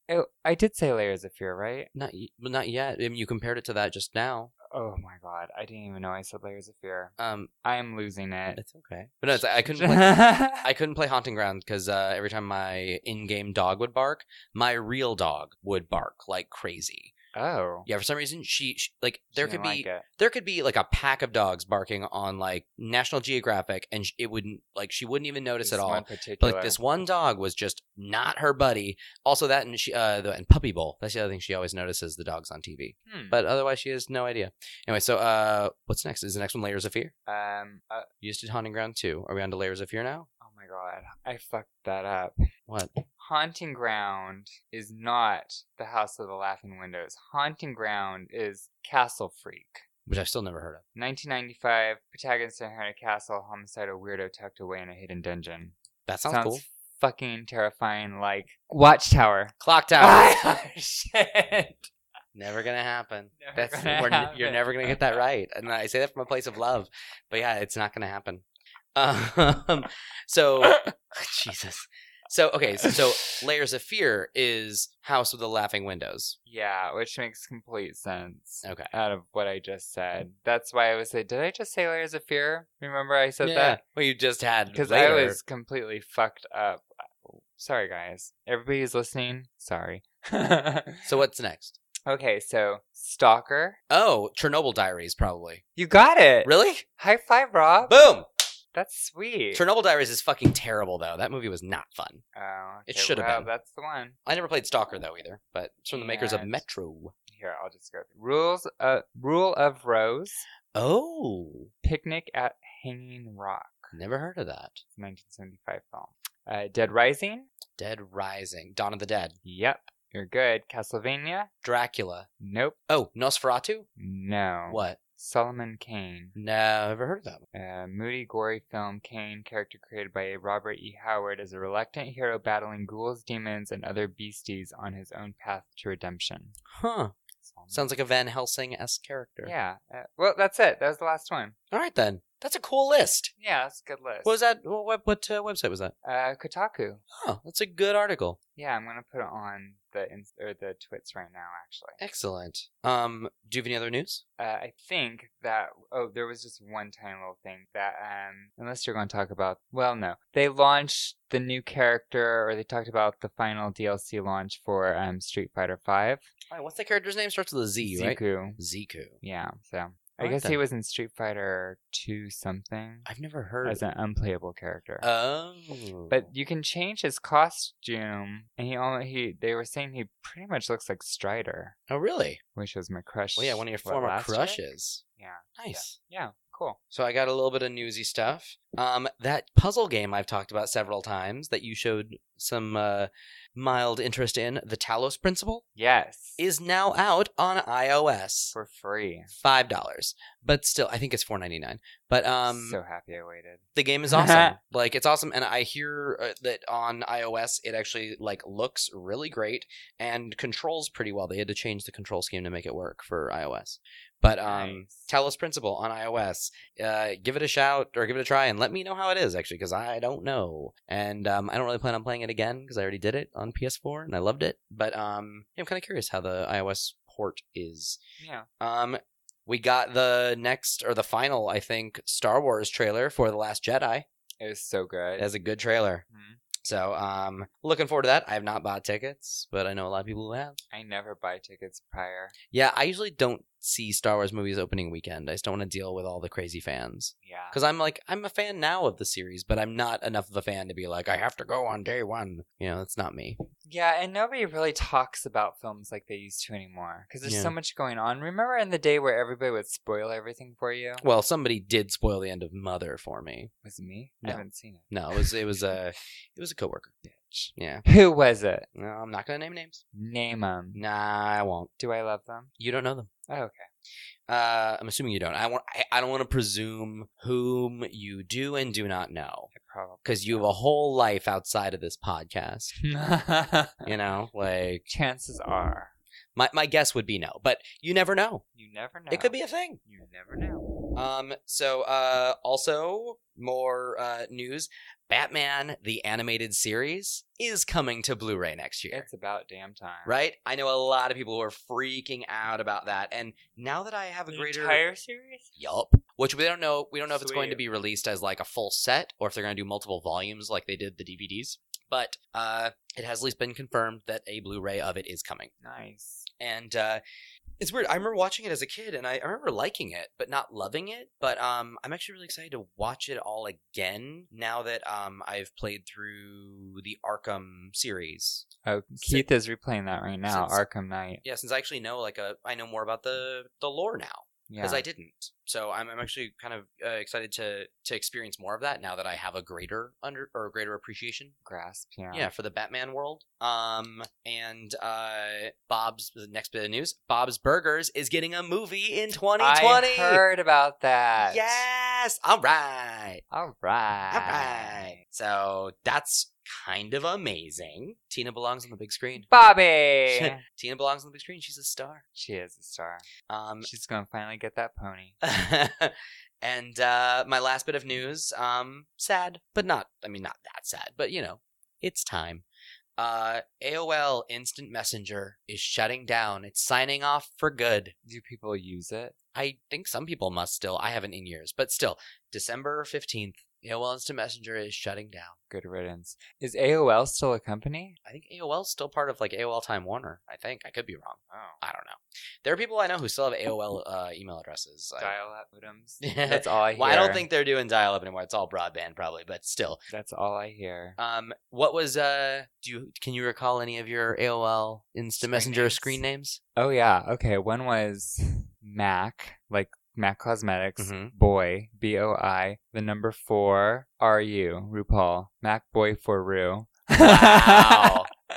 S1: Oh, I did say Layers of Fear, right?
S2: not y- not yet. I mean, you compared it to that just now.
S1: Oh my god, I didn't even know I said Layers of Fear.
S2: Um
S1: I am losing it.
S2: It's okay. But no, it's, I couldn't. Play,
S1: I
S2: I couldn't play Haunting Ground because uh, every time my in-game dog would bark, my real dog would bark like crazy.
S1: oh,
S2: Yeah, for some reason she, she like there
S1: she didn't
S2: could be
S1: like it.
S2: there could be like a pack of dogs barking on like National Geographic, and sh- it wouldn't like she wouldn't even notice
S1: This
S2: at all.
S1: one
S2: But
S1: particular.
S2: like this one dog was just not her buddy. Also that and she uh the, and Puppy Bowl. That's the other thing she always notices the dogs on TV.
S1: Hmm.
S2: But otherwise she has no idea. Anyway, so uh what's next? Is the next one Layers of Fear?
S1: um, uh,
S2: You just did Haunting Ground 2. Are we on to Layers of Fear now?
S1: oh my god, I fucked that up.
S2: What?
S1: Haunting Ground is not the House of the Laughing Windows. Haunting Ground is Castle Freak.
S2: Which I've still never heard of.
S1: 1995, protagonist inherit a castle, homicidal weirdo tucked away in a hidden dungeon.
S2: That sounds, cool.
S1: fucking terrifying, like Watchtower.
S2: Clock Tower.
S1: Ah, shit.
S2: never gonna happen.
S1: Never
S2: That's
S1: gonna
S2: we're, n- you're
S1: happen.
S2: never gonna get that right. And I say that from a place of love, but yeah, it's not gonna happen. Um, so Jesus. So okay, so, so Layers of Fear is House with the Laughing Windows.
S1: Yeah, which makes complete sense.
S2: Okay.
S1: Out of what I just said, that's why I was like, did I just say layers of fear? Remember I said that
S2: Well, you just had
S1: because I
S2: later.
S1: was completely fucked up. uh, oh, Sorry, guys. Everybody who's listening, sorry.
S2: So what's next?
S1: okay, so stalker,
S2: Oh, Chernobyl Diaries, probably.
S1: you got it.
S2: Really?
S1: High five, Rob.
S2: Boom.
S1: That's sweet.
S2: Chernobyl Diaries is fucking terrible, though. That movie was not fun.
S1: oh,
S2: It
S1: okay,
S2: should have
S1: wow,
S2: been.
S1: That's the one.
S2: I never played Stalker though either, but it's from the makers of
S1: And-
S2: Metro.
S1: here. I'll just go. Rules. Uh, rule of rose.
S2: Oh,
S1: Picnic at Hanging Rock.
S2: never heard of that.
S1: 1975 film. Uh, Dead Rising.
S2: Dead Rising, Dawn of the Dead,
S1: Yep. You're good. Castlevania.
S2: Dracula.
S1: Nope.
S2: Oh, Nosferatu.
S1: No.
S2: What?
S1: Solomon Kane.
S2: Never heard of that one.
S1: A moody, gory film, Kane, character created by Robert E. Howard, is a reluctant hero battling ghouls, demons, and other beasties on his own path to redemption.
S2: Huh. Sounds like a Van Helsing esque character.
S1: Yeah. Uh, well, that's it. That was the last one.
S2: All right then. That's a cool list.
S1: Yeah, that's a good list.
S2: What was that? What what, what uh, website was that?
S1: Uh, Kotaku.
S2: Oh, that's a good article.
S1: Yeah, I'm gonna put it on the ins- or the twits right now. Actually,
S2: Excellent. Um, do you have any other news?
S1: uh, I think that oh, there was just one tiny little thing that um, unless you're gonna talk about, well, no, they launched the new character or they talked about the final DLC launch for um Street Fighter Five.
S2: All right, what's the character's name? Starts with a Z, right?
S1: Ziku.
S2: Ziku.
S1: Yeah. So I
S2: Alright
S1: guess he
S2: then.
S1: was in Street Fighter Two something
S2: I've never heard.
S1: as an unplayable character.
S2: Oh,
S1: but you can change his costume, and he only he they were saying he pretty much looks like Strider,
S2: oh, really?
S1: which was my crush.
S2: Well, yeah, one of your
S1: what,
S2: former
S1: last year?
S2: crushes.
S1: Yeah.
S2: Nice.
S1: Yeah. Cool.
S2: So I got a little bit of newsy stuff. Um, that puzzle game I've talked about several times that you showed some uh, mild interest in, the Talos Principle,
S1: Yes.
S2: is now out on iOS.
S1: for free.
S2: Five dollars, but still, I think it's four ninety nine. But um,
S1: so happy I waited.
S2: the game is awesome. like it's awesome, and I hear uh, that on iOS it actually like looks really great and controls pretty well. They had to change the control scheme to make it work for iOS. But um,
S1: Nice.
S2: Talos Principle on iOS, uh, give it a shout or give it a try, and let me know how it is actually because I don't know, and um, I don't really plan on playing it again because I already did it on PS4 and I loved it. But um, I'm kind of curious how the iOS port is.
S1: Yeah.
S2: Um, we got the next or the final, I think, Star Wars trailer for The Last Jedi.
S1: It was so good.
S2: That's a good trailer.
S1: Mhm.
S2: So, um, looking forward to that. I have not bought tickets, but I know a lot of people who have.
S1: I never buy tickets prior.
S2: Yeah, I usually don't see Star Wars movies opening weekend. I just don't want to deal with all the crazy fans.
S1: Yeah.
S2: Because I'm like, I'm a fan now of the series, but I'm not enough of a fan to be like, I have to go on day one. You know, that's not me.
S1: Yeah, and nobody really talks about films like they used to anymore because there's
S2: Yeah.
S1: so much going on. Remember in the day where everybody would spoil everything for you?
S2: Well, somebody did spoil the end of Mother for me.
S1: Was it me?
S2: No.
S1: I haven't seen it.
S2: No, it was it was a it was a coworker. Bitch. Yeah.
S1: Who was it?
S2: No, I'm not gonna name names.
S1: Name them.
S2: Nah, I won't.
S1: Do I love them?
S2: You don't know them.
S1: Oh, okay.
S2: Uh, I'm assuming you don't. I want. I, I don't want to presume whom you do and do not know,
S1: I probably.
S2: because you have a whole life outside of this podcast. You know, like
S1: Chances are,
S2: my my guess would be no, but you never know.
S1: you never know.
S2: It could be a thing.
S1: You never know.
S2: Um. So, uh, also more uh news. Batman the animated series is coming to Blu-ray next year.
S1: It's about damn time.
S2: Right? I know a lot of people who are freaking out about that. And now that I have a
S1: The
S2: greater
S1: entire series.
S2: Yup. Which we don't know. We don't know if it's going to
S1: Sweet.
S2: be released as like a full set or if they're going to do multiple volumes like they did the DVDs. But uh, it has at least been confirmed that a Blu-ray of it is coming.
S1: Nice.
S2: And uh, it's weird. I remember watching it as a kid, and I, I remember liking it, but not loving it. But um, I'm actually really excited to watch it all again now that um, I've played through the Arkham series.
S1: Oh, Keith is replaying that right now.
S2: Since-
S1: Arkham Knight.
S2: Yeah, since I actually know like a, I know more about the the lore now.
S1: Yeah.
S2: because I didn't. So I'm, I'm actually kind of uh, excited to to experience more of that now that I have a greater under or a greater appreciation.
S1: grasp. Yeah.
S2: Yeah, for the Batman world. Um, and uh, Bob's the next bit of news: Bob's Burgers is getting a movie in 2020.
S1: I heard about that.
S2: Yes. All right.
S1: All right.
S2: All right. So that's kind of amazing. Tina belongs on the big screen.
S1: Bobby.
S2: Tina belongs on the big screen. She's a star.
S1: she is a star.
S2: Um,
S1: She's gonna finally get that pony.
S2: and uh, my last bit of news, um, sad, but not, I mean, not that sad, but you know, it's time. Uh, AOL Instant Messenger is shutting down. It's signing off for good.
S1: Do people use it?
S2: I think some people must still. I haven't in years, but still, December 15th AOL Instant Messenger is shutting down.
S1: Good riddance. Is AOL still a company?
S2: I think AOL is still part of like AOL Time Warner. I think I could be wrong. I don't know. There are people I know who still have AOL uh, email addresses. I-
S1: Dial up modems.
S2: Yeah.
S1: That's all I hear.
S2: well, I don't think they're doing dial up anymore. It's all broadband probably, but still.
S1: that's all I hear.
S2: Um, what was uh? Do you can you recall any of your AOL Instant
S1: Screen
S2: Messenger
S1: names.
S2: screen names?
S1: Oh yeah. Okay. One was Mac, like Mac Cosmetics.
S2: Mhm.
S1: Boy, B O I. The number four, R U, RuPaul. Mac Boy for Ru.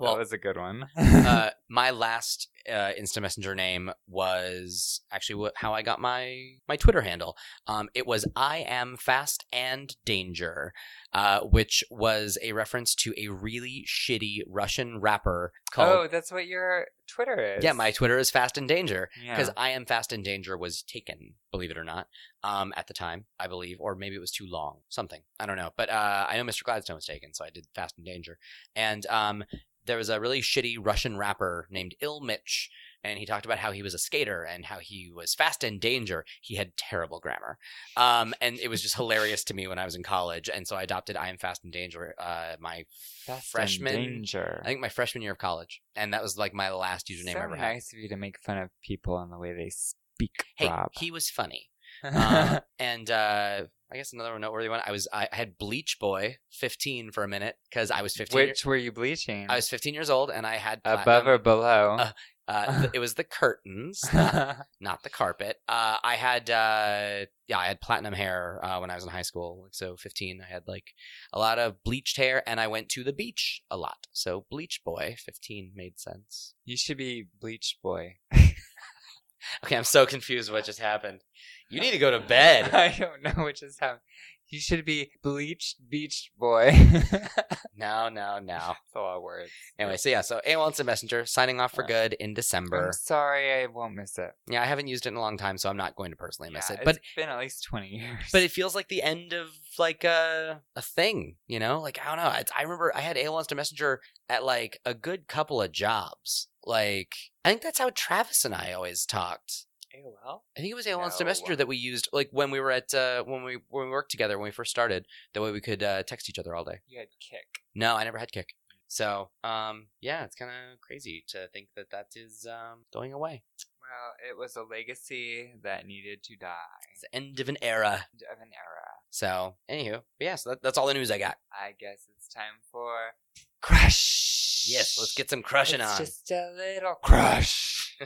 S2: Wow.
S1: that
S2: well,
S1: was a good one.
S2: uh, my last uh, Instant Messenger name was actually what, how I got my my Twitter handle. Um, it was I am fast and danger, uh, which was a reference to a really shitty Russian rapper
S1: oh,
S2: called.
S1: that's what your Twitter is.
S2: yeah, my Twitter is fast and danger.
S1: Yeah.
S2: because I Am Fast and Danger was taken, believe it or not, um, at the time, I believe, or maybe it was too long, something. I don't know. But uh, I know Mr. Gladstone was taken, so I did Fast and Danger. And um, there was a really shitty Russian rapper named Il Mitch, and he talked about how he was a skater and how he was fast and danger. He had terrible grammar. Um, and it was just hilarious to me when I was in college. And so I adopted I Am Fast and Danger, uh, my
S1: Fast and
S2: freshman.
S1: danger.
S2: I think my freshman year of college, and that was like my last username
S1: so
S2: I ever had.
S1: nice of you to make fun of people and the way they speak.
S2: Hey,
S1: Rob.
S2: he was funny. um, and uh, I guess another noteworthy one. I was I had Bleach Boy 15 for a minute because I was 15. year-
S1: Which were you bleaching?
S2: I was 15 years old and I had
S1: above
S2: platinum.
S1: or below.
S2: Uh, Uh, th- it was the curtains, not, not the carpet. Uh, I had uh, yeah, I had platinum hair uh, when I was in high school. So 15, I had like a lot of bleached hair, and I went to the beach a lot. So Bleach Boy 15 made sense.
S1: you should be bleached boy.
S2: Okay, I'm so confused what just happened. You need to go to bed.
S1: I don't know what just happened. You should be bleached beached boy.
S2: No, no, no.
S1: That's a lot of words.
S2: Anyway, so yeah, so AOL Instant Messenger signing off for good in December.
S1: I'm sorry, I won't miss it.
S2: Yeah, I haven't used it in a long time, so I'm not going to personally miss
S1: Yeah,
S2: it. But
S1: it's been at least twenty years.
S2: but it feels like the end of like a a thing, you know? Like I don't know. It's, I remember I had AOL Instant Messenger at like a good couple of jobs. Like I think that's how Travis and I always talked.
S1: AOL.
S2: I think it was AOL Instant
S1: No.
S2: Messenger that we used like when we were at uh, when we when we worked together when we first started. That way we could uh, text each other all day.
S1: You had kick.
S2: No, I never had kick. So, um, yeah, it's kind of crazy to think that that is um, going away.
S1: Well, it was a legacy that needed to die.
S2: It's the end of an era.
S1: End Of an era.
S2: So, anywho, but yeah, so that, that's all the news I got.
S1: I guess it's time for
S2: Crush. Yes, let's get some crushing
S1: it's
S2: on.
S1: Just a little crush.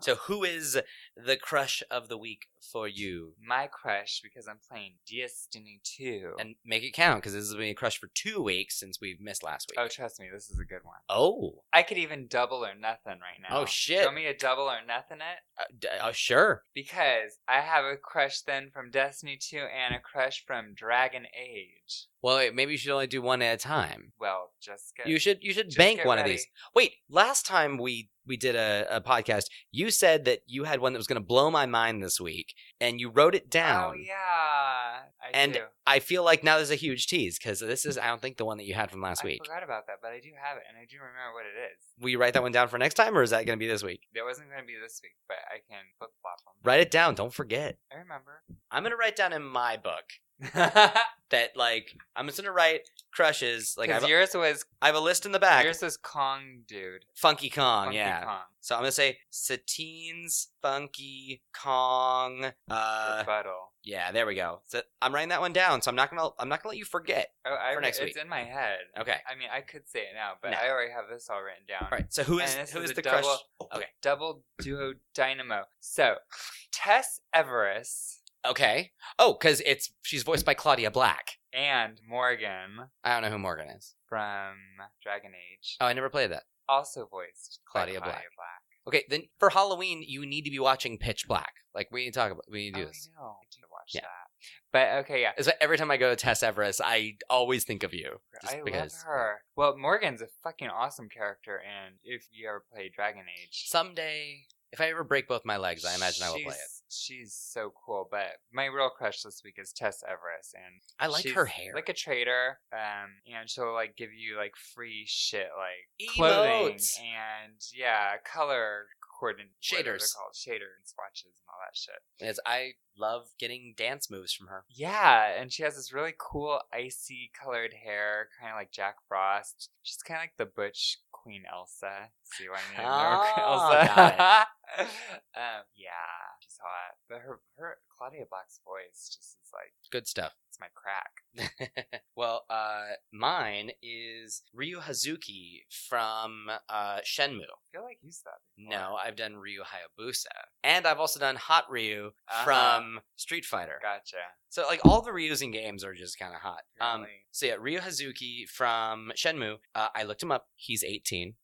S2: So, who is the crush of the week for you?
S1: My crush because I'm playing Destiny 2.
S2: And make it count because this is be a crush for two weeks since we've missed last week.
S1: oh, trust me, this is a good one.
S2: Oh,
S1: I could even double or nothing right now.
S2: Oh, shit.
S1: Want me to double or nothing it?
S2: uh, d- uh, sure.
S1: Because I have a crush then from Destiny 2 and a crush from Dragon Age.
S2: Well, wait, maybe you should only do one at a time.
S1: Well, Jessica.
S2: You should you should
S1: Just
S2: bank
S1: get
S2: one of
S1: ready.
S2: these. Wait, last time we we did a, a podcast, you said that you had one that was going to blow my mind this week, and you wrote it down.
S1: Oh, yeah. I
S2: And
S1: do.
S2: I feel like now there's a huge tease because this is I don't think the one that you had from last
S1: I
S2: week.
S1: forgot about that, but I do have it and I do remember what it is.
S2: Will you write that one down for next time, or is that going to be this week?
S1: There wasn't going to be this week, but I can flip flop them.
S2: Write it down. Don't forget.
S1: I remember.
S2: I'm going to write down in my book that like I'm just going to write crushes. Like I
S1: Because
S2: have, a,
S1: yours was
S2: I have a list in the back.
S1: yours was Kong, dude.
S2: Funky Kong.
S1: Funky
S2: yeah.
S1: Kong.
S2: So I'm gonna say Satine's Funky Kong. Uh,
S1: rebuttal.
S2: Yeah, there we go. So I'm writing that one down, so I'm not gonna I'm not gonna let you forget.
S1: Oh, I,
S2: for next
S1: it's
S2: week.
S1: in my head.
S2: Okay.
S1: I mean, I could say it now, but
S2: No.
S1: I already have this all written down.
S2: All right. So who is
S1: And this
S2: who
S1: is
S2: is
S1: a
S2: the
S1: double-
S2: crush?
S1: Double duo dynamo. So, Tess Everest
S2: Okay. Oh, because it's she's voiced by Claudia Black.
S1: and Morgan
S2: I don't know who Morgan is.
S1: from Dragon Age,
S2: Oh, I never played that.
S1: also voiced by
S2: Claudia Black.
S1: Black. Oh,
S2: Okay, then for Halloween you need to be watching Pitch Black. Like we need to talk about we need to do
S1: Oh,
S2: this.
S1: I know. I did watch
S2: Yeah.
S1: that. But okay, yeah.
S2: It's like every time I go to Tess Everest, I always think of you. Just
S1: I
S2: because
S1: love her. Well, Morgan's a fucking awesome character, and if you ever play Dragon Age,
S2: Someday, if I ever break both my legs, I imagine I will play it.
S1: she's- She's so cool, but my real crush this week is Tess Everest, and
S2: I like
S1: she's
S2: her hair.
S1: like a trader, um, and she'll like give you like free shit, like
S2: Emotes.
S1: clothing and yeah, color coordinate whatever they're
S2: Shaders.
S1: called shader and swatches and all that shit.
S2: As I love getting dance moves from her.
S1: Yeah, and she has this really cool icy colored hair, kind of like Jack Frost. She's kind of like the butch Queen Elsa. See what I mean?
S2: Oh,
S1: Elsa.
S2: got
S1: um, yeah, she's hot, but her her Claudia Black's voice just is like
S2: Good stuff.
S1: it's my crack.
S2: well, uh, mine is Ryu Hazuki from uh, Shenmue.
S1: I feel like you said that. Before.
S2: No, I've done Ryu Hayabusa, and I've also done Hot Ryu
S1: Uh-huh.
S2: from Street Fighter.
S1: gotcha.
S2: So like all the Ryu's in games are just kind of hot. Um,
S1: Really?
S2: so yeah, Ryu Hazuki from Shenmue. Uh, I looked him up. He's 18,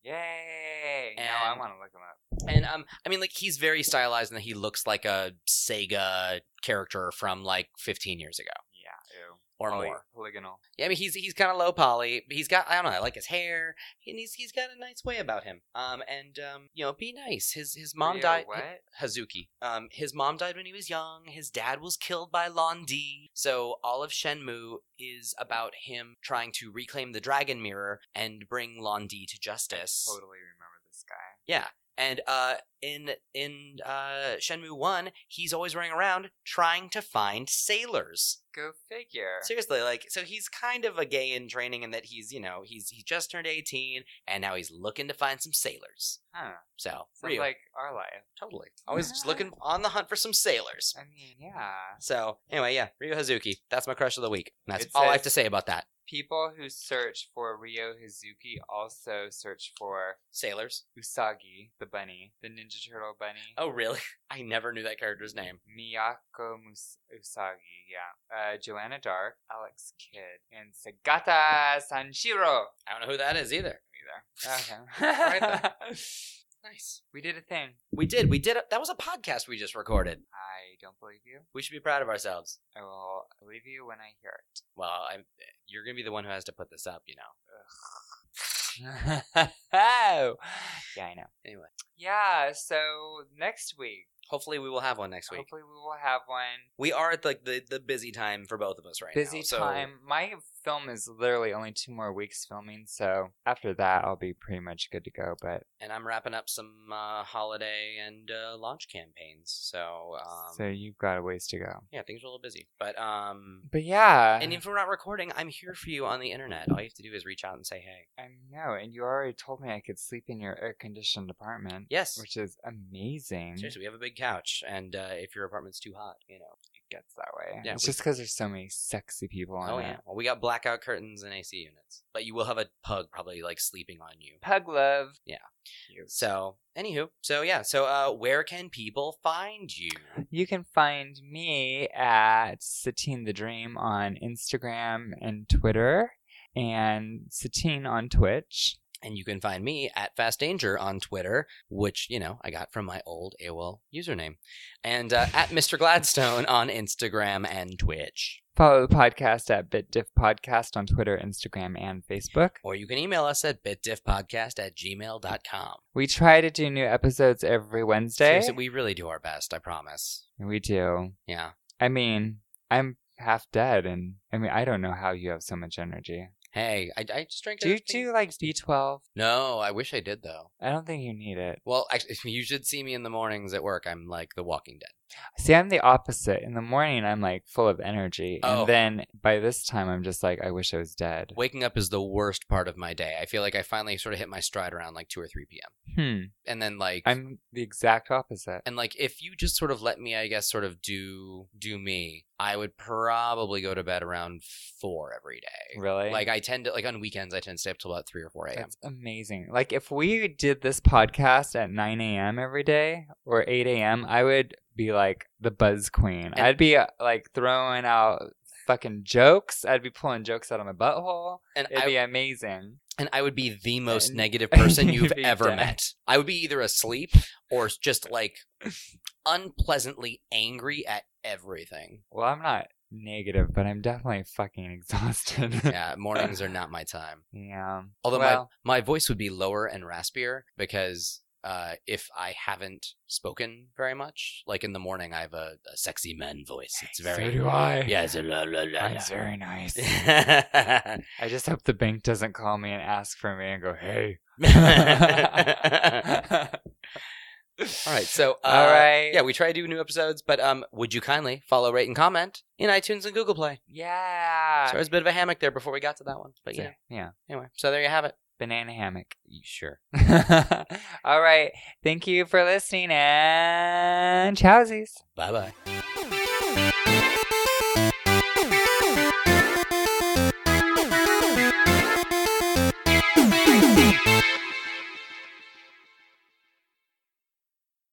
S1: Yay! now I
S2: and-
S1: want to look him up.
S2: and um, I mean like he's very stylized, and he looks like a Sega character from like 15 years ago
S1: Oh, Yeah, ew.
S2: or
S1: Poly-
S2: more.
S1: polygonal.
S2: Yeah, I mean he's he's kind of low poly. But he's got I don't know. I like his hair, and he's he's got a nice way about him. Um, and um, you know, be nice. His his mom
S1: Ryu,
S2: died.
S1: What?
S2: Hazuki. Um, his mom died when he was young. His dad was killed by Londi. So all of Shenmue is about him trying to reclaim the Dragon Mirror and bring Londi to justice.
S1: Totally remember this guy.
S2: Yeah, and uh, in in uh, Shenmue One, he's always running around trying to find sailors.
S1: Go figure.
S2: Seriously, like so he's kind of a gay in training in that he's you know he's he just turned eighteen and now he's looking to find some sailors.
S1: Huh.
S2: So
S1: Sounds
S2: Ryu,
S1: like our life.
S2: totally always just looking on the hunt for some sailors.
S1: I mean, yeah.
S2: So anyway, yeah, Ryu Hazuki. That's my crush of the week. And that's
S1: It
S2: all I
S1: says-
S2: have to say about that.
S1: People who search for Ryo Hazuki also search for
S2: Sailors.
S1: Usagi, the bunny, the Ninja Turtle bunny.
S2: Oh really? I never knew that character's name.
S1: Miyako Mus- Usagi, yeah. Uh, Joanna Dark, Alex Kidd, and Sagata Sanshiro.
S2: I don't know who that is either.
S1: Either. Okay.
S2: Right Nice.
S1: we did a thing.
S2: We did. We did. A, that was a podcast we just recorded.
S1: I don't believe you.
S2: We should be proud of ourselves.
S1: I will believe you when I hear it.
S2: Well, I'm, you're gonna be the one who has to put this up. You know.
S1: oh. Yeah, I know.
S2: Anyway.
S1: Yeah, so next week,
S2: Hopefully, we will have one next week.
S1: hopefully we will have one.
S2: We are at like the, the busy time for both of us right now.
S1: Busy
S2: so-
S1: time. My film is literally only two more weeks filming, so after that I'll be pretty much good to go. But
S2: and I'm wrapping up some uh, holiday and uh, launch campaigns. So, um,
S1: so you've got a ways to go.
S2: yeah, things are a little busy. But um,
S1: But yeah,
S2: And if we're not recording, I'm here for you on the internet. All you have to do is reach out and say hey.
S1: I know, and you already told me I could sleep in your air conditioned apartment,
S2: Yes.
S1: which is amazing.
S2: Seriously, we have a big couch, and uh, if your apartment's too hot, you know.
S1: It gets that way.
S2: Yeah,
S1: it's
S2: we-
S1: just because there's so many sexy people on
S2: Oh
S1: it.
S2: yeah. Well, we got blackout curtains and AC units, but you will have a pug probably like sleeping on you.
S1: Pug love.
S2: Yeah.
S1: Cute.
S2: So, anywho, so yeah, so uh, where can people find you?
S1: You can find me at Satine the Dream on Instagram and Twitter, and Satine on Twitch.
S2: And you can find me at Fast Danger on Twitter, which you know I got from my old AOL username, and uh, at Mr Gladstone on Instagram and Twitch.
S1: Follow the podcast at BitDiff Podcast on Twitter, Instagram, and Facebook.
S2: Or you can email us at bitdiffpodcast at gmail.com.
S1: We try to do new episodes every Wednesday.
S2: Seriously, we really do our best, I promise.
S1: we do.
S2: Yeah.
S1: I mean, I'm half dead, and I mean, I don't know how you have so much energy.
S2: Hey, I, I just drink
S1: Do you do like B12?
S2: No, I wish I did, though.
S1: I don't think you need it.
S2: Well, actually, you should see me in the mornings at work. I'm like the Walking Dead.
S1: See, I'm the opposite. In the morning, I'm like full of energy.
S2: Oh.
S1: And then by this time, I'm just like, I wish I was dead.
S2: Waking up is the worst part of my day. I feel like I finally sort of hit my stride around like 2 or 3 p.m.
S1: Hmm.
S2: And then, like,
S1: I'm the exact opposite.
S2: and like if you just sort of let me i guess sort of do do me i would probably go to bed around four every day
S1: Really?
S2: like i tend to like on weekends i tend to stay up till about three or four a.m
S1: That's amazing. Like, if we did this podcast at 9 a.m. every day or 8 a.m., I would be like the buzz queen.
S2: And-
S1: I'd be uh, like throwing out fucking jokes. I'd be pulling jokes out of my butthole.
S2: and
S1: It'd
S2: I-
S1: be amazing.
S2: and I would be the most
S1: And-
S2: negative person
S1: You'd
S2: you've
S1: be
S2: ever
S1: dead.
S2: met. I would be either asleep or just like unpleasantly angry at everything.
S1: Well, I'm not negative, but I'm definitely fucking exhausted.
S2: Yeah, mornings are not my time.
S1: yeah.
S2: Although
S1: Well-
S2: my my voice would be lower and raspier because uh, if I haven't spoken very much, like in the morning, I have a, a sexy man voice. It's very
S1: So do I.
S2: yeah. It's a la, la, la,
S1: Mine's
S2: la.
S1: very nice. I just hope the bank doesn't call me and ask for me and go, hey.
S2: All right. So, uh,
S1: All right.
S2: Yeah, we try to do new episodes, but um, would you kindly follow, rate, and comment in iTunes and Google Play?
S1: Yeah.
S2: So there's a bit of a hammock there before we got to that one, but yeah.
S1: So, yeah.
S2: Anyway, so there you have it.
S1: Banana hammock.
S2: Sure.
S1: All right. Thank you for listening and chowsies.
S2: Bye bye.
S3: Thank you.